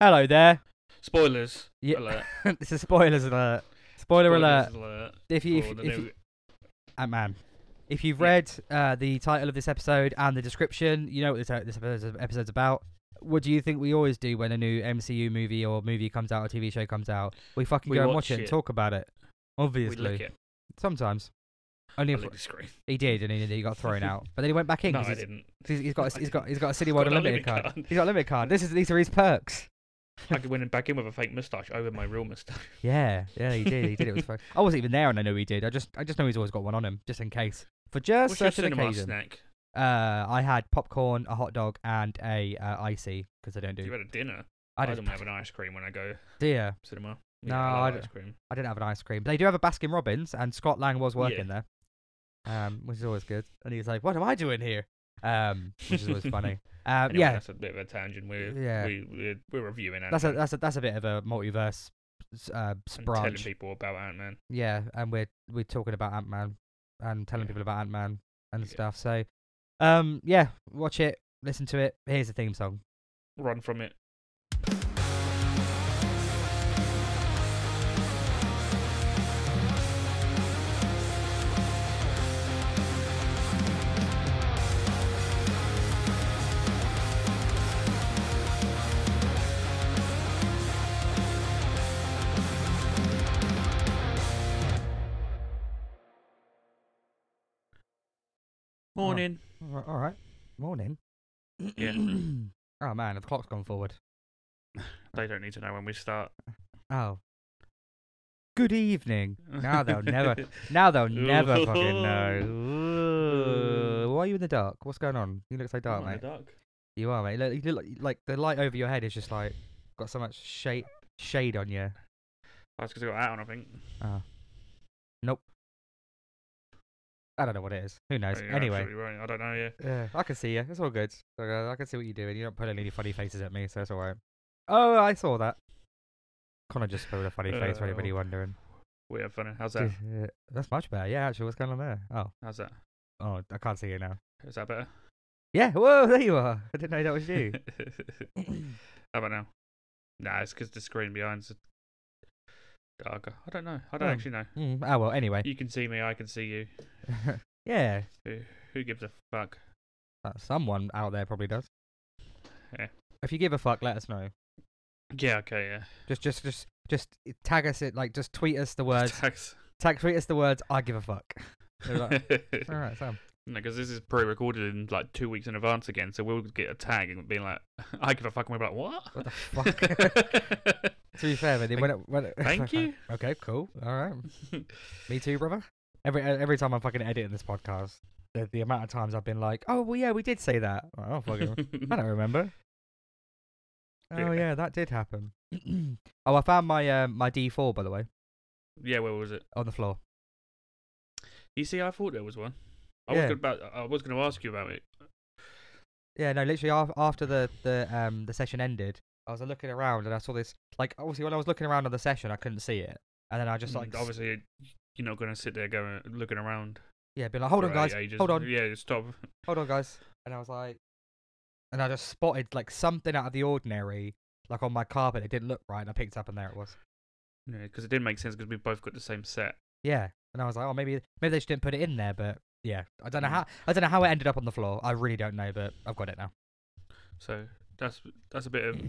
Hello there. Spoilers Yeah. alert. this is spoilers alert. Spoiler alert. Spoilers alert. If you, for if, the if, new- Ant Man. If you've Yeah. read uh, the title of this episode and the description, you know what this, uh, this episode's, episode's about. What do you think we always do when a new MCU movie or movie comes out or TV show comes out? We fucking We go and watch watch it, and it. talk about it. we lick Obviously, it. sometimes. Only I if lick the screen. he did, and he, he got thrown out. But then he went back in No, because I didn't. he's, he's got a, I he's got didn't. he's got a city world Got an unlimited unlimited card. card. He's got a limit card. This is these are his perks. I could win back in with a fake moustache over my real moustache. Yeah, yeah, he did. He did. It was. Fun. I wasn't even there, and I know he did. I just I just know he's always got one on him, just in case, for just What's your certain cinema occasion. snack? Uh, I had popcorn, a hot dog, and a uh, icy because I don't do. You had a dinner. I I, don't. don't have an ice cream when I go Yeah, cinema. No, I love I d- ice cream. I didn't have an ice cream. But they do have a Baskin Robbins, and Scott Lang was Yeah. working there, um, which is always good. And he was like, "What am I doing here?" Um, which is always funny. Um, Anyway, yeah, that's a bit of a tangent. We're Yeah. we, we're, we're reviewing Ant that's a Man that's a that's a bit of a multiverse s- uh, s- and telling branch. people about Ant Man. Yeah, and we're we're talking about Ant Man and telling Yeah. people about Ant Man and Yeah. stuff. So, um, yeah, watch it, listen to it. Here's the theme song. Run from it. Morning. All right, all right. morning. Yeah. oh man, the clock's gone forward. They don't need to know when we start. Oh. Good evening. Now they'll never- Now they'll never fucking know. Ooh. Why are you in the dark? What's going on? You look so dark, I'm in mate. the dark. You are, mate. Look, you look like, like the light over your head is just like got so much shade shade on you. That's because I got that on, I think. Oh. Nope. I don't know what it is. Who knows? Oh, you're anyway, absolutely right. I don't know, yeah. yeah, I can see you. It's all good. It's all good. I can see what you're doing. You're not putting any funny faces at me, so it's all right. Oh, I saw that. Connor just pulled a funny face for anybody Oh. wondering. We have fun. How's that? Yeah, That's much better. Yeah, actually, what's going on there? Oh, How's that? oh, I can't see you now. Is that better? Yeah, whoa, there you are. I didn't know that was you. Mm, How about now? Nah, it's because the screen behind's darker. I don't know. I don't Oh. actually know. Mm, oh well. Anyway, You can see me. I can see you. yeah, Who, who gives a fuck? uh, someone out there probably does. Yeah. If you give a fuck, let us know. Yeah. Okay. Yeah. Just, just, just, just tag us it. Like, just tweet us the words. Tax. Tag tweet us the words. I give a fuck. They're like, All Because right, Sam. this is pre-recorded in like two weeks in advance again, so we'll get a tag and be like, "I give a fuck," and we'll be like, "What?" What the fuck? to be fair, but they when it, when it, Thank you. Okay, cool. All right. Me too, brother. Every e, every time I'm fucking editing this podcast, the, the amount of times I've been like, oh well, yeah, we did say that. Well, I don't fucking. I don't remember. Oh Yeah. yeah, that did happen. oh, I found my um, my D4 by the way yeah. Where was it? on the floor. You see, I thought there was one. I Yeah. was gonna about. I was going to ask you about it. Yeah, no, literally af- after the the um the session ended, I was uh, looking around and I saw this. Like obviously, when I was looking around on the session, I couldn't see it, and then I just Mm, like s- obviously you're not going to sit there going looking around. yeah, been like, hold for on guys, a- ages. hold on, Yeah, stop. hold on guys and i was like and i just spotted like something out of the ordinary like on my carpet it didn't look right and i picked it up and there it was Because it didn't make sense because we both got the same set. yeah and i was like oh maybe maybe they just didn't put it in there but yeah i don't know Mm. how i don't know how it ended up on the floor i really don't know but i've got it now So that's that's a bit of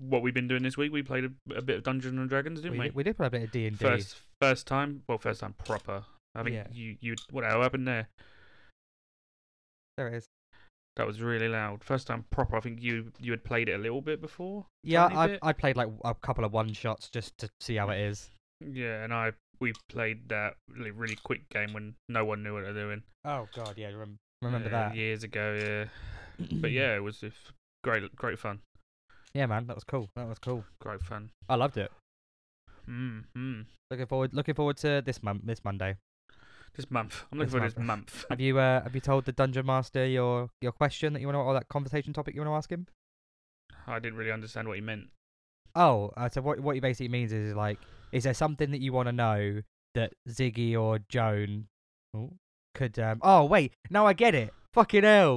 what we've been doing this week. We played a, a bit of Dungeons and Dragons, didn't we? we, did play a bit of d&d First first time, well, first time proper. I think Yeah. you you what the hell happened there? there it is That was really loud. First time proper. I think you you had played it a little bit before. yeah Tiny I, bit. I played like a couple of one shots just to see how it is Yeah, and I we played that really, really quick game when no one knew what they were doing. oh god yeah rem- remember Yeah, that years ago? Yeah, but yeah, it was if great great fun. yeah man that was cool that was cool Great fun. i loved it Mm, mm. looking forward looking forward to this month this monday This month. I'm looking This for this month. Have you uh, have you told the dungeon master your your question that you want to or that conversation topic you want to ask him? I didn't really understand what he meant. Oh, uh, so what what he basically means is, like, is there something that you want to know that Ziggy or Joan oh, could um? Oh wait, now I get it. Fucking hell,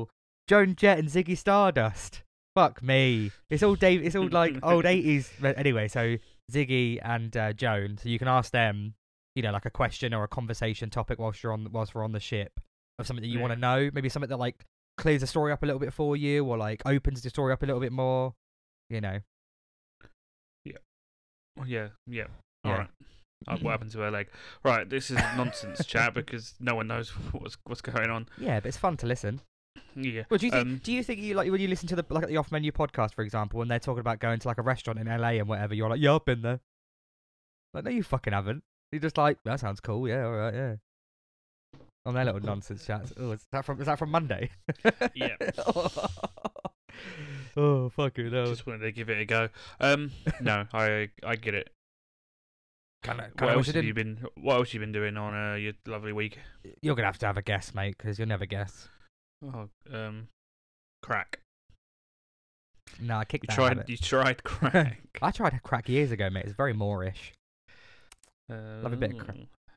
Joan Jett and Ziggy Stardust. Fuck me. It's all Dave. It's all like old eighties. Anyway, so Ziggy and uh, Joan. So you can ask them, you know, like a question or a conversation topic whilst you're on whilst we're on the ship of something that you want to know. Maybe something that like clears the story up a little bit for you, or like opens the story up a little bit more. You know. Oh, yeah, yeah. Yeah. All right. Uh, what happened to her leg? Right, this is nonsense chat because no one knows what's what's going on. Yeah, but it's fun to listen. Yeah. Well, do you think? Um, do you think you like when you listen to the like the off menu podcast, for example, when they're talking about going to like a restaurant in LA and whatever? You're like, yeah, I've been there. Like, no, you fucking haven't. You're just like, that sounds cool. Yeah, all right, yeah. On their little nonsense chats. Oh, is that from is that from Monday? Yeah. oh fucking hell. Just wanted to give it a go. Um, no, I I get it. Kinda- kinda what wish else I have you been? What else you been doing on uh, your lovely week? You're gonna have to have a guess, mate, because you'll never guess. Oh, um, crack. No, I kicked You that tried. habit. You tried crack. I tried crack years ago, mate. It's very Moorish. a bit of crack. Oh.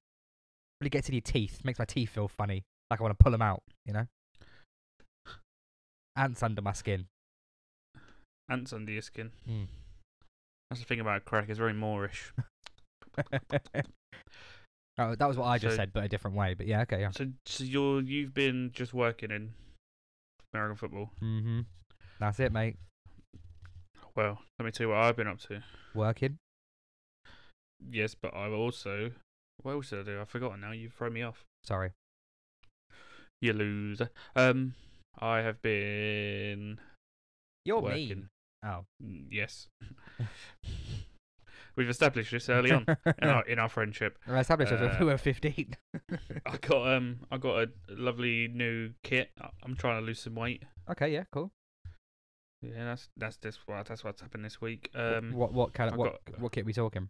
Really gets in your teeth. Makes my teeth feel funny. Like I want to pull them out. You know. Ants under my skin. Ants under your skin. Mm. That's the thing about crack. It's very Moorish. oh, that was what I just So- said, but a different way. But yeah, okay, yeah. So, so you're you've been just working in American football. Mm-hmm. That's it, mate. Well, let me tell you what I've been up to. Working. Yes, but I've also. What else did I do? I've forgotten now. You've thrown me off. Sorry. You loser. Um, I have been You're working. Oh. Mm, Yes. We've established this early on in our in our friendship. I established Uh, uh, we were 15. I got um I got a lovely new kit. I- I'm trying to lose some weight. okay, yeah, cool. Yeah, that's that's this what that's what's happened this week. Wh- Um, what what kind of I what got- what kit are we talking?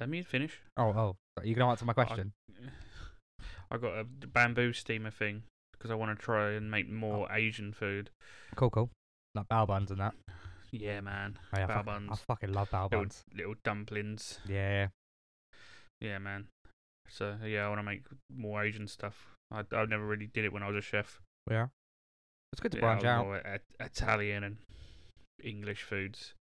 let me finish. Oh, oh, you can answer my question. I got a bamboo steamer thing because I want to try and make Oh. more Asian food. Cool, cool. Like bao buns and that. Yeah, man, Oh, yeah, I Bao fuck- I buns. fucking love bao Little- buns. little dumplings. Yeah. Yeah, man. So yeah, I want to make more Asian stuff. I I never really did it when I was a chef. Yeah. It's good to Yeah, branch I was out. more I- Italian and English foods.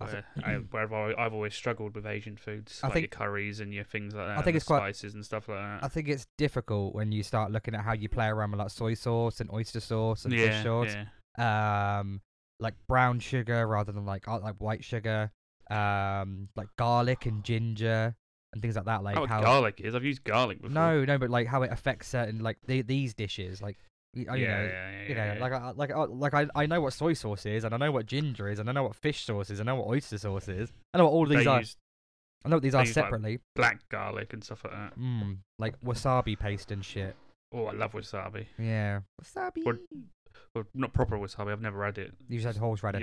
I thi- Where I, where I've, always, I've always struggled with Asian foods, I like think- your curries and your things like that. think and the it's quite- spices and stuff like that. I think it's difficult when you start looking at how you play around with like soy sauce and oyster sauce and yeah, fish sauce. yeah, um like brown sugar rather than like uh, like white sugar um like garlic and ginger and things like that like I know how what Oh, garlic is. I've used garlic before. no no but like how it affects certain like the, these dishes like y- yeah, Oh, you know yeah, yeah, you know yeah. like I, like I, like I, I know what soy sauce is and I know what ginger is and I know what fish sauce is and I know what oyster sauce is I know what all of they these are use I know what these they are use, like, separately black garlic and stuff like that. mm, like wasabi paste and shit Oh, I love wasabi. yeah wasabi Well, not proper wasabi. I've never had it. you just had horseradish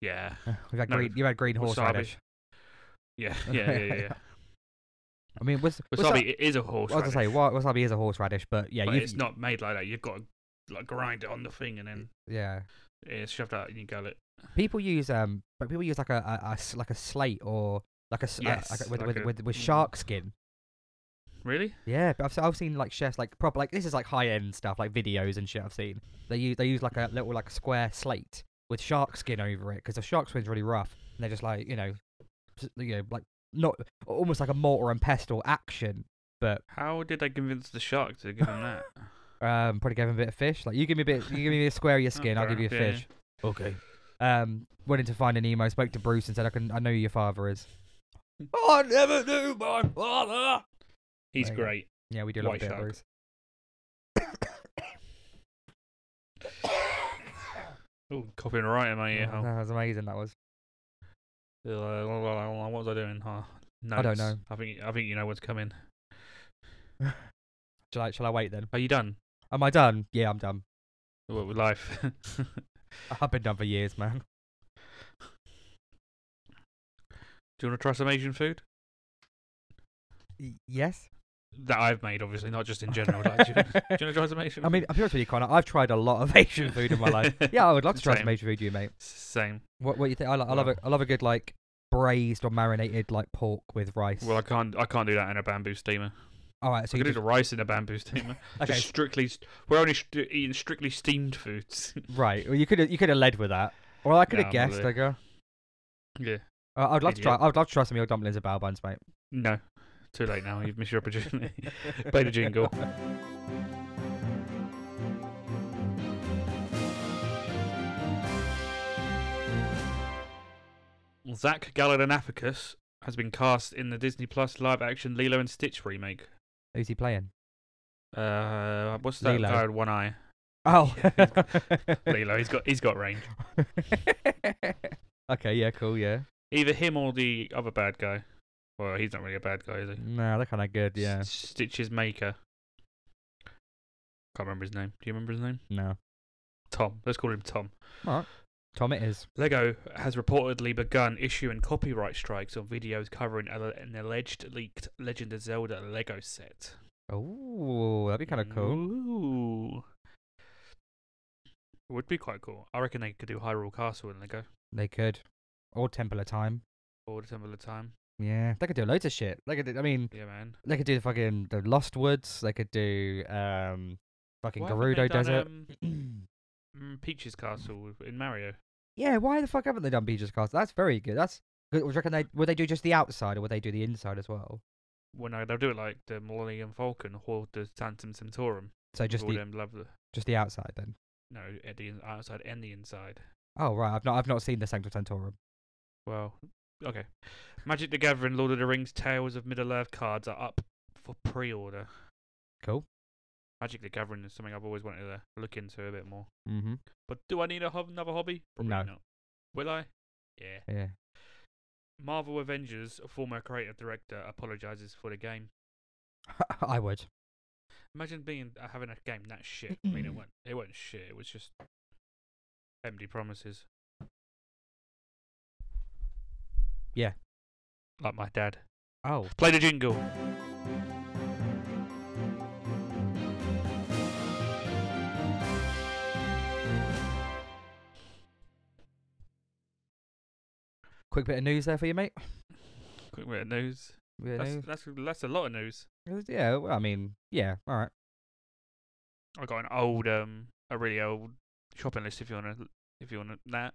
Yeah, yeah, we've had no, green you had green wasabi. horseradish yeah, yeah, yeah, yeah. yeah. I mean was, Wasabi it is a horse. I was gonna say wa- wasabi is a horseradish, but yeah, but you've- it's not made like that. You've got to like grind it on the thing and then Yeah, it's shoved out in your gullet. people use um, but people use like a, a- a s- like a slate or like a s- uh, Yes, like a- with, like with, a- with with mm. shark skin. Really? Yeah, but I've, se- I've seen like chefs like proper like this is like high end stuff like videos and shit. I've seen they use they use like a little like square slate with shark skin over it because the shark skin's really rough. And they're just like you know, s- you know like not almost like a mortar and pestle action, but How did they convince the shark to give him that? um probably give them a bit of fish. Like you give me a bit, you give me a square of your skin, I'll fair give you a enough, yeah, yeah. fish. Okay. um, went into Finding Nemo, spoke to Bruce and said, "I can, I know who your father is." I never knew my father. He's There you go. great. Yeah, we do love a White bit of shark. Bruce. Oh, coughing right in my ear. Oh, hole. that was amazing. That was. Uh, What was I doing? Huh? I don't Notes. know. I think I think you know what's coming. Shall I? Shall I wait then? Are you done Am I done? Yeah, I'm done. What, with life? I've been done for years, man. Do you want to try some Asian food Y- yes. that I've made? Obviously, not just in general. like, do, you, do you want to try some Asian? I mean, I'm honest with you, Connor. I've tried a lot of Asian food in my life. Yeah, I would love to try some Same. Asian food, you mate. Same. What? What you think? I, like, I love Well- a, I love a good like braised or marinated like pork with rice. Well, I can't. I can't do that in a bamboo steamer. All right, so I you can do just, the rice in a bamboo steamer. okay, Just strictly, st- we're only st- eating strictly steamed foods. right. Well, you could you could have led with that. Or I could Nah, have I'm not guessed. really. I go. Yeah. Uh, I'd love to try. Idiot. I'd love to try some of your dumplings at Bao Buns, mate. No. Too late now. You've missed your opportunity. Play the jingle. Zach Galifianakis has been cast in the Disney Plus live-action Lilo and Stitch remake. Who's he playing? Uh, what's that Lilo. guy with one eye? Oh. Lilo. He's got he's got range. okay. Yeah. Cool. Yeah. Either him or the other bad guy. Well, he's not really a bad guy, is he? No, they're kind of good. Yeah. S- Stitch's maker. Can't remember his name. Do you remember his name? No. Tom. Let's call him Tom. Tom, it is. Lego has reportedly begun issuing copyright strikes on videos covering a- an alleged leaked Legend of Zelda Lego set. Oh, that'd be kind of Mm. cool. Ooh. It would be quite cool. I reckon they could do Hyrule Castle in Lego They could. Or Temple of Time. all the time of the time. Yeah. They could do loads of shit. They could. Do, I mean, Yeah, man. they could do the fucking the Lost Woods. They could do um, fucking Why haven't they Gerudo done, Desert. um, mm, Peach's Castle in Mario. yeah. Why the fuck haven't they done Beaches Castle? That's very good. That's good. Would you reckon they would they do just the outside or would they do the inside as well? Well, no, uh, they'll do it like the Millennium Falcon or the Phantom Centaurum. So Just just all the them love the just the outside then. no at the in- outside and the inside. Oh right, I've not I've not seen the Sanctum Sanctorum. Well, okay. Magic the Gathering, Lord of the Rings, Tales of Middle Earth cards are up for pre-order. Cool. Magic the Gathering is something I've always wanted to look into a bit more. Mm-hmm. But do I need a hob- another hobby? Probably No. not. Will I? Yeah. Yeah. Marvel Avengers former creative director apologizes for the game. I would. Imagine being uh, having a game that shit. I mean, it wasn't. It wasn't shit. It was just empty promises. Yeah. Like my dad. Oh. Play the jingle. Quick bit of news there for you, mate. Quick bit of news. Bit of That's, news. that's that's a lot of news. It was- Yeah, well, I mean, yeah, all right. I got an old um a really old shopping list. If you wanna if you wanna that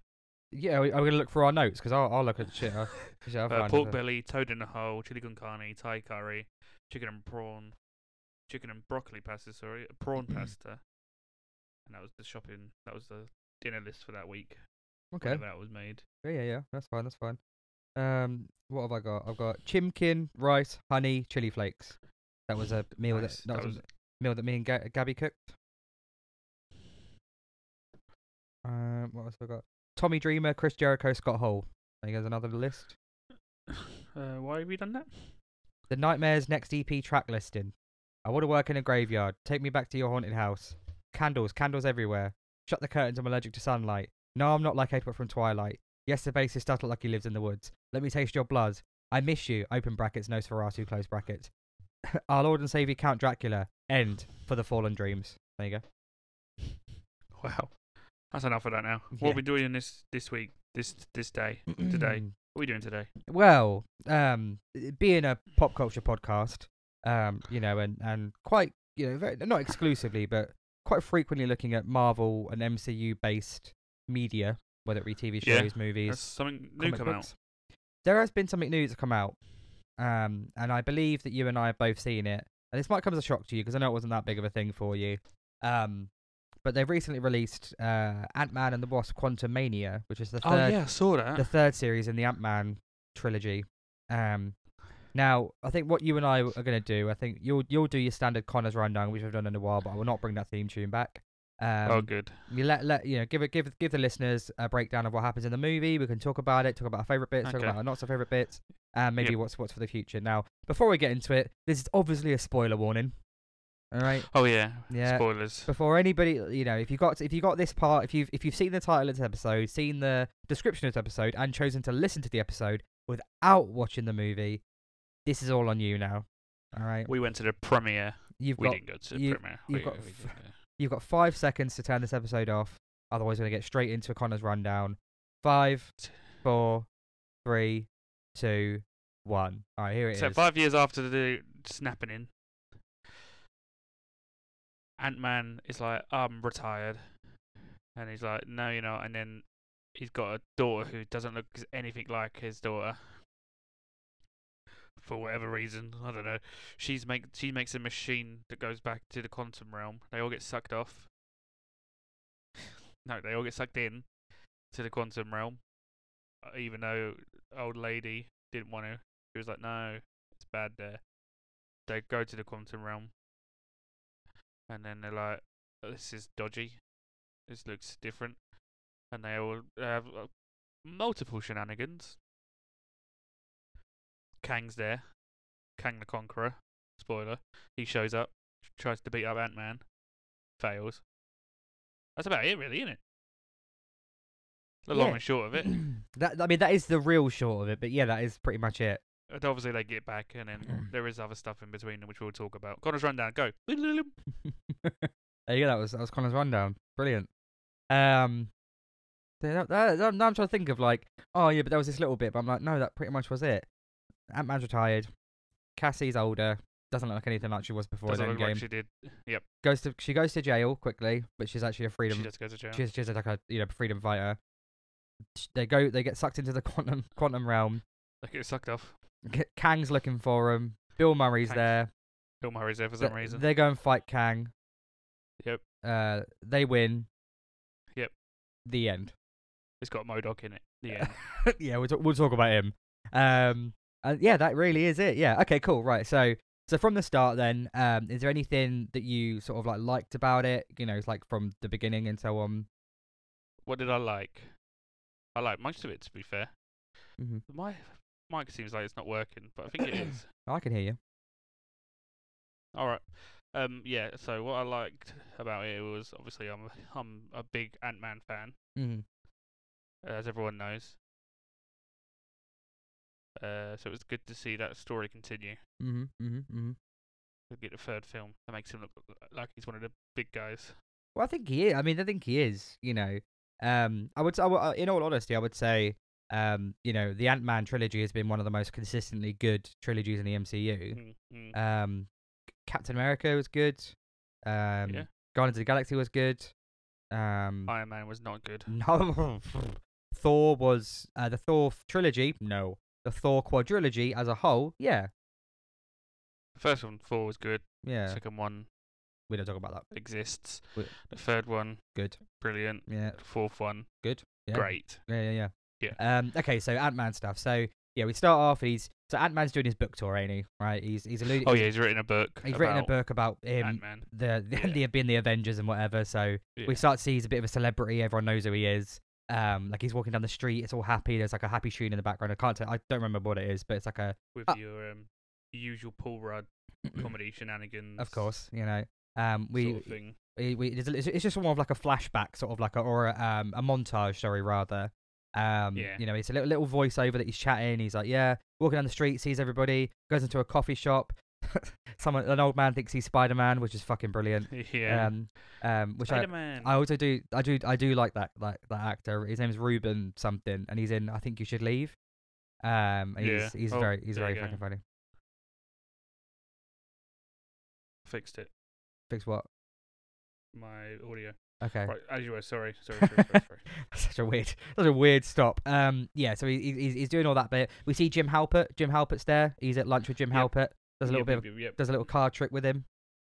Yeah, are we, are we gonna look for our notes? Because I'll, I'll look at shit. I'll, shit I'll uh, find pork it. belly, toad in the hole, chili con carne, Thai curry, chicken and prawn, chicken and broccoli pasta. Sorry, uh, prawn Mm. pasta. And that was the shopping. That was the dinner list for that week. Okay. whenever that was made. Yeah, yeah, yeah. That's fine. That's fine. Um, what have I got? I've got chimkin, rice, honey, chili flakes. That was a meal Nice. that, that, That was, was- a meal that me and Ga- Gabby cooked. Um, what else have I got? Tommy Dreamer, Chris Jericho, Scott Hall. I think there's another list. Uh, why have you done that? The Nightmares next EP track listing. I want to work in a graveyard. Take me back to your haunted house. Candles, candles everywhere. Shut the curtains, I'm allergic to sunlight. No, I'm not like Edward from Twilight. Yes, the bassist startled like he lives in the woods. Let me taste your blood. I miss you. Open brackets, Nosferatu, close brackets. Our Lord and Savior Count Dracula. End for the fallen dreams. There you go. Wow, that's enough of that now. What Yeah. are we doing this this week? This this day? Today. What are we doing today? Well, um, it being a pop culture podcast, um, you know, and and quite, you know, very, not exclusively, but quite frequently looking at Marvel and MCU based media, whether it be TV Yeah, shows, That's movies, something new comic come books. There has been something new that's come out, um, and I believe that you and I have both seen it. And this might come as a shock to you because I know it wasn't that big of a thing for you. Um, but they've recently released uh, Ant Man and the Wasp: Quantum Mania, which is the out. third oh yeah, I saw that. the third series in the Ant Man trilogy. Um, now I think what you and I are going to do, I think you'll you'll do your standard Connors rundown, which I've done in a while, but I will not bring that theme tune back. Um, oh good. You let let you know give it give give the listeners a breakdown of what happens in the movie. We can talk about it, talk about our favorite bits, talk Okay. about our not so favorite bits, and maybe Yep. what's what's for the future. Now, before we get into it, this is obviously a spoiler warning. All right. Oh yeah. Yeah. Spoilers. Before anybody, you know, if you got if you got this part, if you've if you've seen the title of this episode, seen the description of this episode, and chosen to listen to the episode without watching the movie, this is all on you now. All right, We went to the premiere. you've We got didn't go to the you- premiere. you've we, got we f- didn't go. you've got five seconds to turn this episode off. Otherwise, we're gonna get straight into Connor's rundown. Five, four, three, two, one. All right, here it is. So five years after the snapping in, Ant Man is like, I'm retired, and he's like, No, you're not. And then he's got a daughter who doesn't look s- anything like his daughter. For whatever reason, I don't know. She's make she makes a machine that goes back to the quantum realm. They all get sucked off. no, they all get sucked in to the quantum realm. uh, Even though old lady didn't want to, she was like, "No, it's bad there." They go to the quantum realm, and then they're like, "Oh, "This is dodgy. This looks different." and they all have uh, multiple shenanigans. Kang's there, Kang the Conqueror. Spoiler: He shows up, tries to beat up Ant Man, fails. That's about it, really, isn't it? The long Yeah. and short of it. that I mean, that is the real short of it. But yeah, that is pretty much it. And obviously, they get back, and Hmm. then there is other stuff in between, which we'll talk about. Connor's rundown. Go. there you go. Uh, That was that was Connor's rundown. Brilliant. Um, so that- that- that- now I'm trying to think of like, oh yeah, but there was this little bit. But I'm like, no, that pretty much was it. Ant Man's retired. Cassie's older. Doesn't look like anything like she was before in Doesn't look Endgame. like she did. Yep. Goes to she goes to jail quickly, but she's actually a freedom. She just goes to jail. She's she's like a you know freedom fighter. Sh- They go they get sucked into the quantum quantum realm. They get sucked off. K- Kang's looking for him. Bill Murray's Kang's there. Bill Murray's there for some Th- reason. They go and fight Kang. Yep. Uh, they win. Yep. The end. It's got Modoc in it. The end. yeah, we'll, t- we'll talk about him. Um, and yeah, that really is it. Yeah. Okay. Cool. Right. So, so from the start, then, um, is there anything that you sort of like liked about it? You know, it's like from the beginning and so on. what did I like? I like most of it, to be fair. Mm-hmm. My mic seems like it's not working, but I think it is. Oh, I can hear you. All right. Um, yeah. So what I liked about it was obviously I'm a- I'm a big Ant Man fan, Mm-hmm. as everyone knows. Uh, so it was good to see that story continue. Mm-hmm. Mm-hmm. Mm-hmm. We get the third film that makes him look like he's one of the big guys. Well, I think he is. I mean, I think he is. You know, um, I would. s- I would- uh, in all honesty, I would say, um, you know, the Ant Man trilogy has been one of the most consistently good trilogies in the MCU. Mm, mm. Um, C- Captain America was good. Um, Yeah. Guardians of the Galaxy was good. Um, Iron Man was not good. no, Thor was uh, the Thor f- trilogy. No, the Thor quadrilogy as a whole. Yeah, The first one, four, was good. yeah. Second one we don't talk about that. exists. Wait. The third one, Good. brilliant. Yeah, The fourth one, yeah. great. Yeah, yeah, yeah. Yeah. Um, okay, so Ant Man stuff. So yeah, we start off. He's so Ant Man's doing his book tour, ain't he? Right? He's he's alluding. Oh yeah, he's written a book. He's written a about book um, about him, Ant-Man. the the, Yeah. the being the Avengers and whatever. So Yeah. we start to see he's a bit of a celebrity. Everyone knows who he is. Um, like he's walking down the street. It's all happy. There's like a happy tune in the background. I can't. Tell, I don't remember what it is, but it's like a. with Ah. your um, usual Paul Rudd comedy shenanigans. Of course, you know. Um, we sort of thing. we, we it's, it's it's just more of like a flashback, sort of like a or a, um a montage, sorry, rather. Um, Yeah. you know, it's a little little voiceover that he's chatting. He's like, yeah, walking down the street, sees everybody, goes into a coffee shop. Someone, an old man thinks he's Spider Man, which is fucking brilliant. yeah. Um, um, which I, Spider-Man. I also do, I do, I do like that that that actor. His name's Ruben something, and he's in. I think you should leave. Um, and he's Yeah. he's Oh, very he's there very you go. fucking funny. fixed it. Fix what? My audio. Okay. Right, as you were. Sorry, sorry, sorry, sorry. sorry. such a weird, such a weird stop. Um, yeah. So he, he- he's he's doing all that bit. We see Jim Halpert. Jim Halpert's there. He's at lunch with Jim Yep. Halpert. Does a little Yep, bit of yep, yep, yep. does a little card trick with him,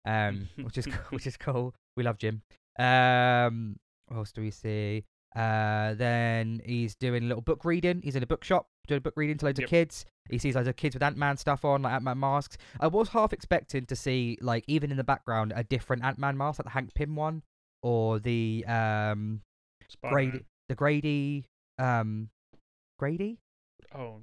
um, which is co- which is cool. We love Jim. Um, what else do we see? Uh, then he's doing a little book reading. He's in a bookshop doing book reading to loads Yep. of kids. He sees loads of kids with Ant Man stuff on, like Ant Man masks. I was half expecting to see, like, even in the background, a different Ant Man mask, like the Hank Pym one, or the um, Spider-Man. Grady, the Grady, um, Grady, Oh,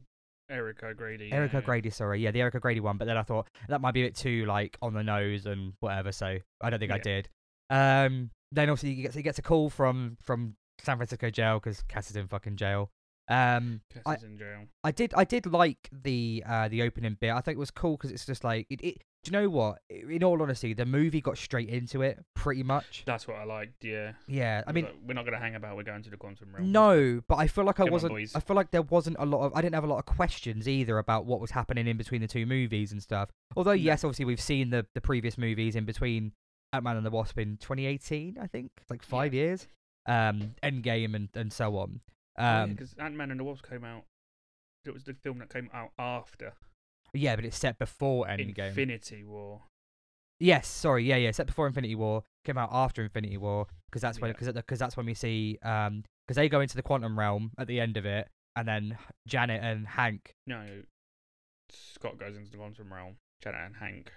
Erica Grady. Erica yeah, yeah. Grady. Sorry, yeah, the Erica Grady one. But then I thought that might be a bit too like on the nose and whatever. So I don't think I Yeah. did. Um, then obviously he gets he gets a call from from San Francisco jail because Cass is in fucking jail. Um, I- Cass is in jail. I did I did like the uh the opening bit. I think it was cool because it's just like it, it. Do you know what? In all honesty, the movie got straight into it pretty much. That's what I liked. Yeah. Yeah, I It was mean, like, we're not gonna hang about. We're going to the quantum realm. Oh, No, but I feel like I Come on, wasn't. boys. I feel like there wasn't a lot of. I didn't have a lot of questions either about what was happening in between the two movies and stuff. Although, No. yes, obviously we've seen the the previous movies in between Ant Man and the Wasp in 2018, I think, It's like five years. Um, Endgame and and so on. Oh, Um, Because Ant Man and the Wasp came out. It was the film that came out after yeah, but it's set before Endgame. Infinity War. Yes, sorry, yeah, yeah. Set before Infinity War came out after Infinity War because that's when Yeah. because because that's when we see um because they go into the quantum realm at the end of it, and then Janet and Hank No, Scott goes into the quantum realm. Janet and Hank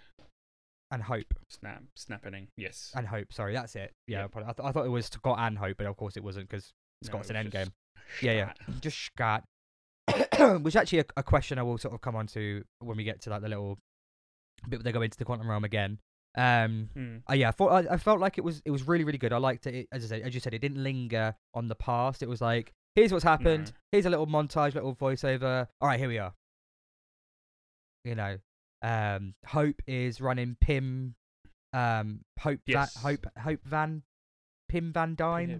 and Hope snap snapping. Yes. and Hope. Sorry, that's it. Yeah, Yeah. probably- I, th- I thought it was Scott and Hope, but of course it wasn't because No, Scott's it an was just Endgame. Yeah, yeah. shat. just scat. Which actually a, a question I will sort of come on to when we get to like the little bit where they go into the quantum realm again. Um, Hmm. uh, yeah, I, thought, I, I felt like it was it was really really good. I liked it. it as I said, as you said, it didn't linger on the past. It was like here's what's happened. No. Here's a little montage, little voiceover. All right, here we are. You know, um, Hope is running Pim, um, Hope Yes. Va- Hope Hope Van, Pim Van Dyne. Yeah.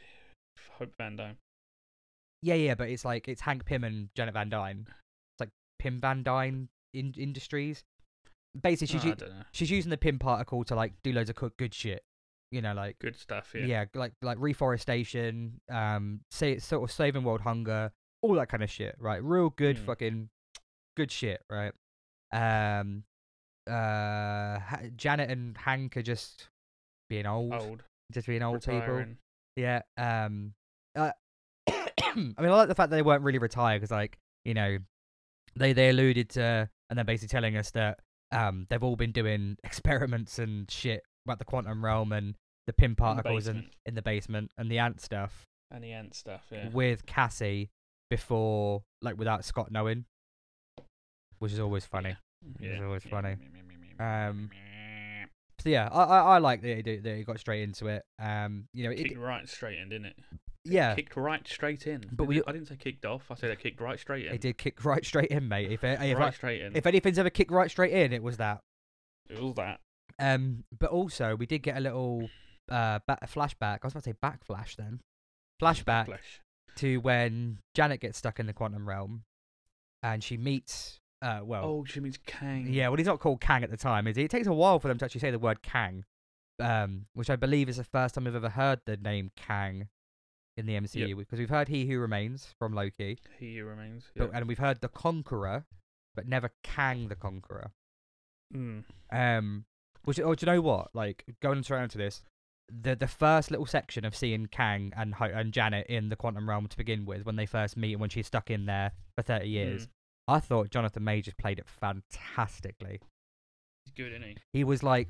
hmm, Hope Van Dyne. Yeah, yeah, but it's like it's Hank Pym and Janet Van Dyne. It's like Pym Van Dyne in- Industries. Basically, she's Oh, I u- don't know. she's using the Pym particle to like do loads of cook good shit. You know, like Good stuff. yeah, Yeah. like like reforestation, um, say sort of saving world hunger, all that kind of shit, right? Real good Mm. fucking good shit, right? Um, uh, Ha- Janet and Hank are just being old, Old. just being old people. retiring. Yeah. Um. Uh, I mean, I like the fact that they weren't really retired because, like, you know, they they alluded to and they're basically telling us that um they've all been doing experiments and shit about the quantum realm and the pin particles in, basement. in the basement and the ant stuff And the ant stuff. Yeah. with Cassie before, like, without Scott knowing, which is always funny. Yeah. It's always funny. yeah. Um, So yeah, I I, I like that it, that it got straight into it. Um, you know, it, kicked right straight in, didn't it? yeah, Kicked right straight in. But But we- we, I didn't say kicked off. I said it kicked right straight in. it did kick right straight in, mate. If it, if I- right straight in. If anything's ever kicked right straight in, it was that. it was that. Um, but also we did get a little uh ba- a flashback. I was about to say backflash then, flashback Flesh. to when Janet gets stuck in the quantum realm, and she meets uh well Oh, Jimmy's Kang. yeah well he's not called Kang at the time is he? It takes a while for them to actually say the word Kang, um which I believe is the first time we've ever heard the name Kang in the MCU because we've heard He Who Remains from Loki, He remains. but, and we've heard the Conqueror, but never Kang the Conqueror. Mm. Um, which oh, do you know what? Like going around to this, the the first little section of seeing Kang and Ho- and Janet in the quantum realm to begin with, when they first meet and when she's stuck in there for thirty years, Mm. I thought Jonathan Majors played it fantastically. He's good, isn't he? He was like,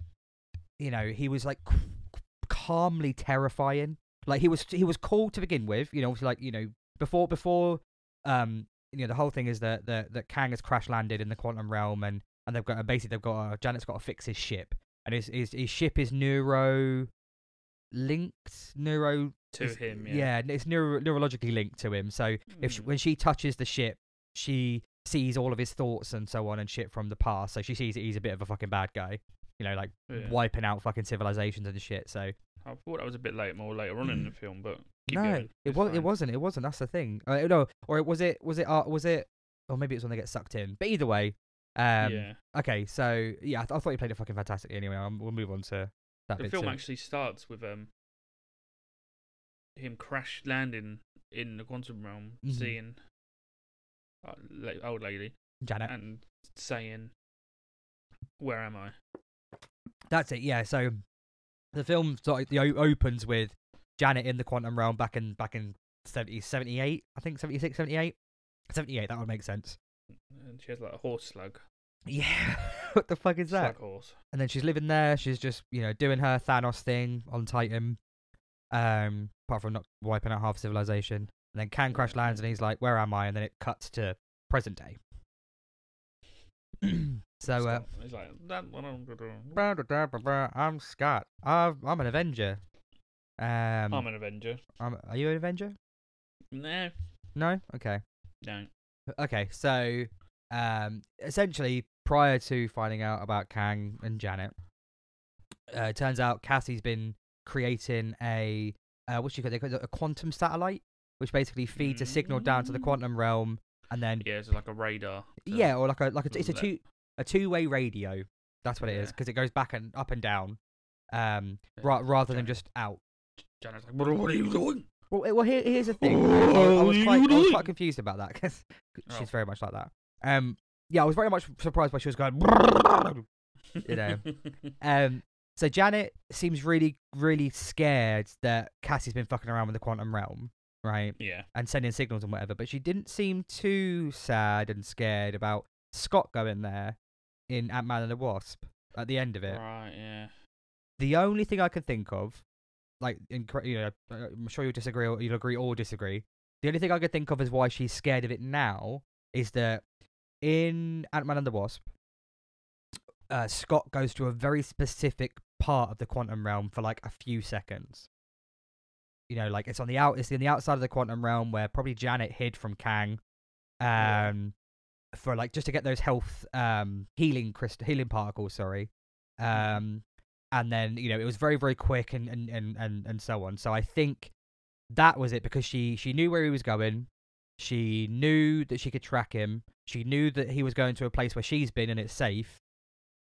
you know, he was like c- c- calmly terrifying. Like he was he was cool to begin with. You know, obviously like you know before before um you know the whole thing is that that that Kang has crash landed in the quantum realm and and they've got basically they've got uh, Janet's got to fix his ship and his his, his ship is neuro linked neuro To is- him, yeah. it's neuro, neurologically linked to him so if she, Mm. when she touches the ship she sees all of his thoughts and so on and shit from the past so she sees that he's a bit of a fucking bad guy you know like Yeah. wiping out fucking civilizations and shit so I thought that was a bit late, more later on in the film, but keep Mm. no, going. it It's was. It fine. wasn't. It wasn't. That's the thing. Uh, no, or it was it. Was it? Uh, was it? Or maybe it's when they get sucked in. But either way, um, yeah. okay. So yeah, I, th- I thought you played it fucking fantastically. Anyway, um, we'll move on to that The bit. film soon. actually starts with um him crash landing in the quantum realm, Mhm. seeing uh, la- old lady Janet. and saying, "Where am I?" That's it. Yeah. So the film sort of the o- opens with Janet in the quantum realm back in back in 70, 78, I think 76, 78? 78, That would make sense. And she has like a horse slug, Yeah. what the fuck is that? slug horse. and then she's living there. She's just you know doing her Thanos thing on Titan, um, apart from not wiping out half civilization. And then Kang crash lands, and he's like, "Where am I?" And then it cuts to present day. so uh, Scott. he's like, "That one I'm gonna- blah, blah, blah, blah, blah, I'm Scott. I'm, I'm an Avenger. Um, I'm an Avenger." I'm- are you an Avenger? No, No. Okay. no. Okay. So um, essentially, prior to finding out about Kang and Janet, uh, it turns out Cassie's been creating a uh, what you call they call it a quantum satellite, which basically feeds a signal down to the Mm. quantum realm, and then Yeah, it's like a radar. to- yeah, or like a like a, it's a Let- two a two way radio. That's what it is Yeah. because it goes back and up and down, um, Yeah. ra- rather than Janet- just out. Janet's like, "What what are you doing?" Well, eh, well here, here's the thing. I, I- I was quite, I was quite confused about that because Oh. she's very much like that. Um, yeah, I was very much surprised by she was going. you know. Um, so Janet seems really, really scared that Cassie's been fucking around with the quantum realm, right? yeah. And sending signals and whatever. But she didn't seem too sad and scared about Scott going there in Ant Man and the Wasp at the end of it. Right. Yeah. The only thing I can think of, like, in, cor- you know, uh, I'm sure you'll disagree or you'll agree or disagree. The only thing I could think of is why she's scared of it now is that in Ant Man and the Wasp, uh, Scott goes to a very specific part of the quantum realm for like a few seconds. You know, like it's on the out, it's in the outside of the quantum realm where probably Janet hid from Kang, um, Yeah. for like just to get those health, um, healing crystal, healing particles. Sorry, um, and then you know it was very very quick and and and and, and so on. So I think that was it because she she knew where he was going. She knew that she could track him. She knew that he was going to a place where she's been and it's safe.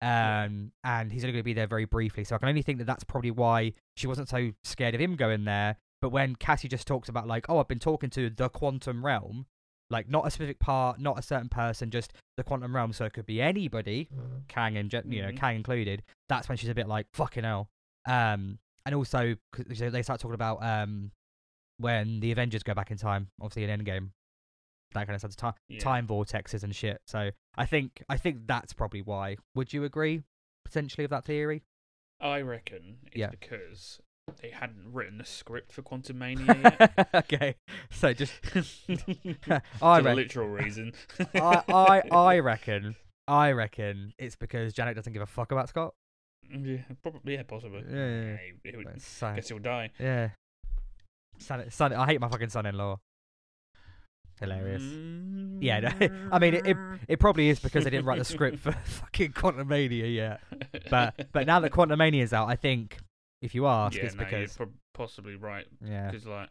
Um, and he's only going to be there very briefly. So I can only think that that's probably why she wasn't so scared of him going there. But when Cassie just talks about like, oh, I've been talking to the quantum realm, like not a specific part, not a certain person, just the quantum realm. So it could be anybody, Kang and Jet- you know Mhm. Kang included. That's when she's a bit like fucking hell. Um, and also 'cause they they start talking about um when the Avengers go back in time, obviously in Endgame, that kind of stuff, time, yeah. time vortexes and shit. So I think I think that's probably why. Would you agree potentially with that theory? I reckon it's Yeah. because they hadn't written a script for Quantum Mania yet. okay, so just It's I a reckon, literal reason. I, I I reckon, I reckon it's because Janet doesn't give a fuck about Scott. Yeah, probably. Yeah, possibly. Yeah, yeah, yeah. he- he would- But so- guess he'll die. yeah, son, son, I hate my fucking son-in-law. Hilarious. Mm. Yeah, no, I mean, It probably is because they didn't write the script for fucking Quantum Mania yet. But but now that Quantum Mania is out, I think if you ask, yeah, it's no, you're because prob- possibly right yeah, because like,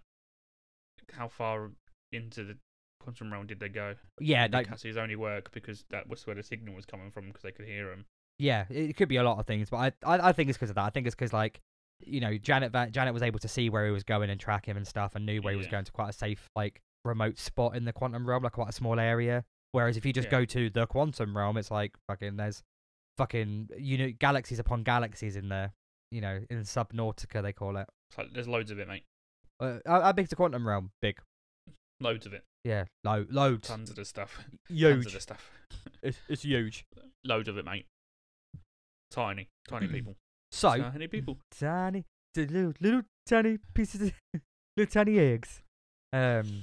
how far into the quantum realm did they go? yeah, Did like Cassie's only work because that was where the signal was coming from because they could hear him. Yeah, it it could be a lot of things, but I I, I think it's because of that. I think it's because like you know Janet va- Janet was able to see where he was going and track him and stuff, and knew where he was Yeah. going to quite a safe like remote spot in the quantum realm, like quite a small area. Whereas if you just Yeah. go to the quantum realm, it's like fucking there's fucking you know galaxies upon galaxies in there. You know, in Subnautica they call it. It's like there's loads of it, mate. Uh, how how big's the quantum realm? Big. Loads of it. Yeah, lo- loads. Tons of the stuff. Tons of Huge. the stuff. It's, it's huge. Loads of it, mate. Tiny, tiny people. So mm, tiny people. tiny, t- little, little tiny pieces, of little tiny eggs. Um,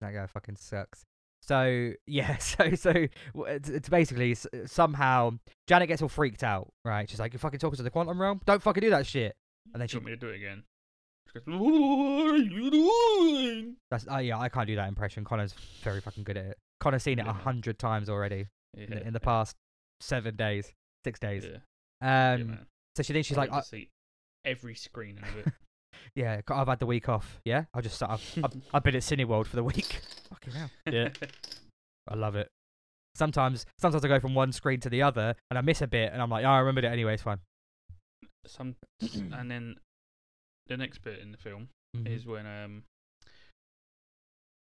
that guy fucking sucks. So yeah, so so w- it's, it's basically s- somehow Janet gets all freaked out, right? She's like, "You're fucking talking to the quantum realm. Don't fucking do that shit." And then Do she, you want me to do it again? She goes, what are you doing? that's, oh yeah, I can't do that impression. Connor's very fucking good at it. Connor's seen it a Yeah. hundred times already in, the- in the past seven days, six Yeah, days. yeah, Um, man. so she then she's I like, want I, to see every screen of it. "Yeah, I've had the week off. Yeah, I'll just I've, I've, I've been at Cineworld for the week. Fucking hell." Yeah. I love it. Sometimes, sometimes I go from one screen to the other and I miss a bit, and I'm like, oh, I remembered it anyway. It's fine. Some, and then the next bit in the film Mm-hmm. is when um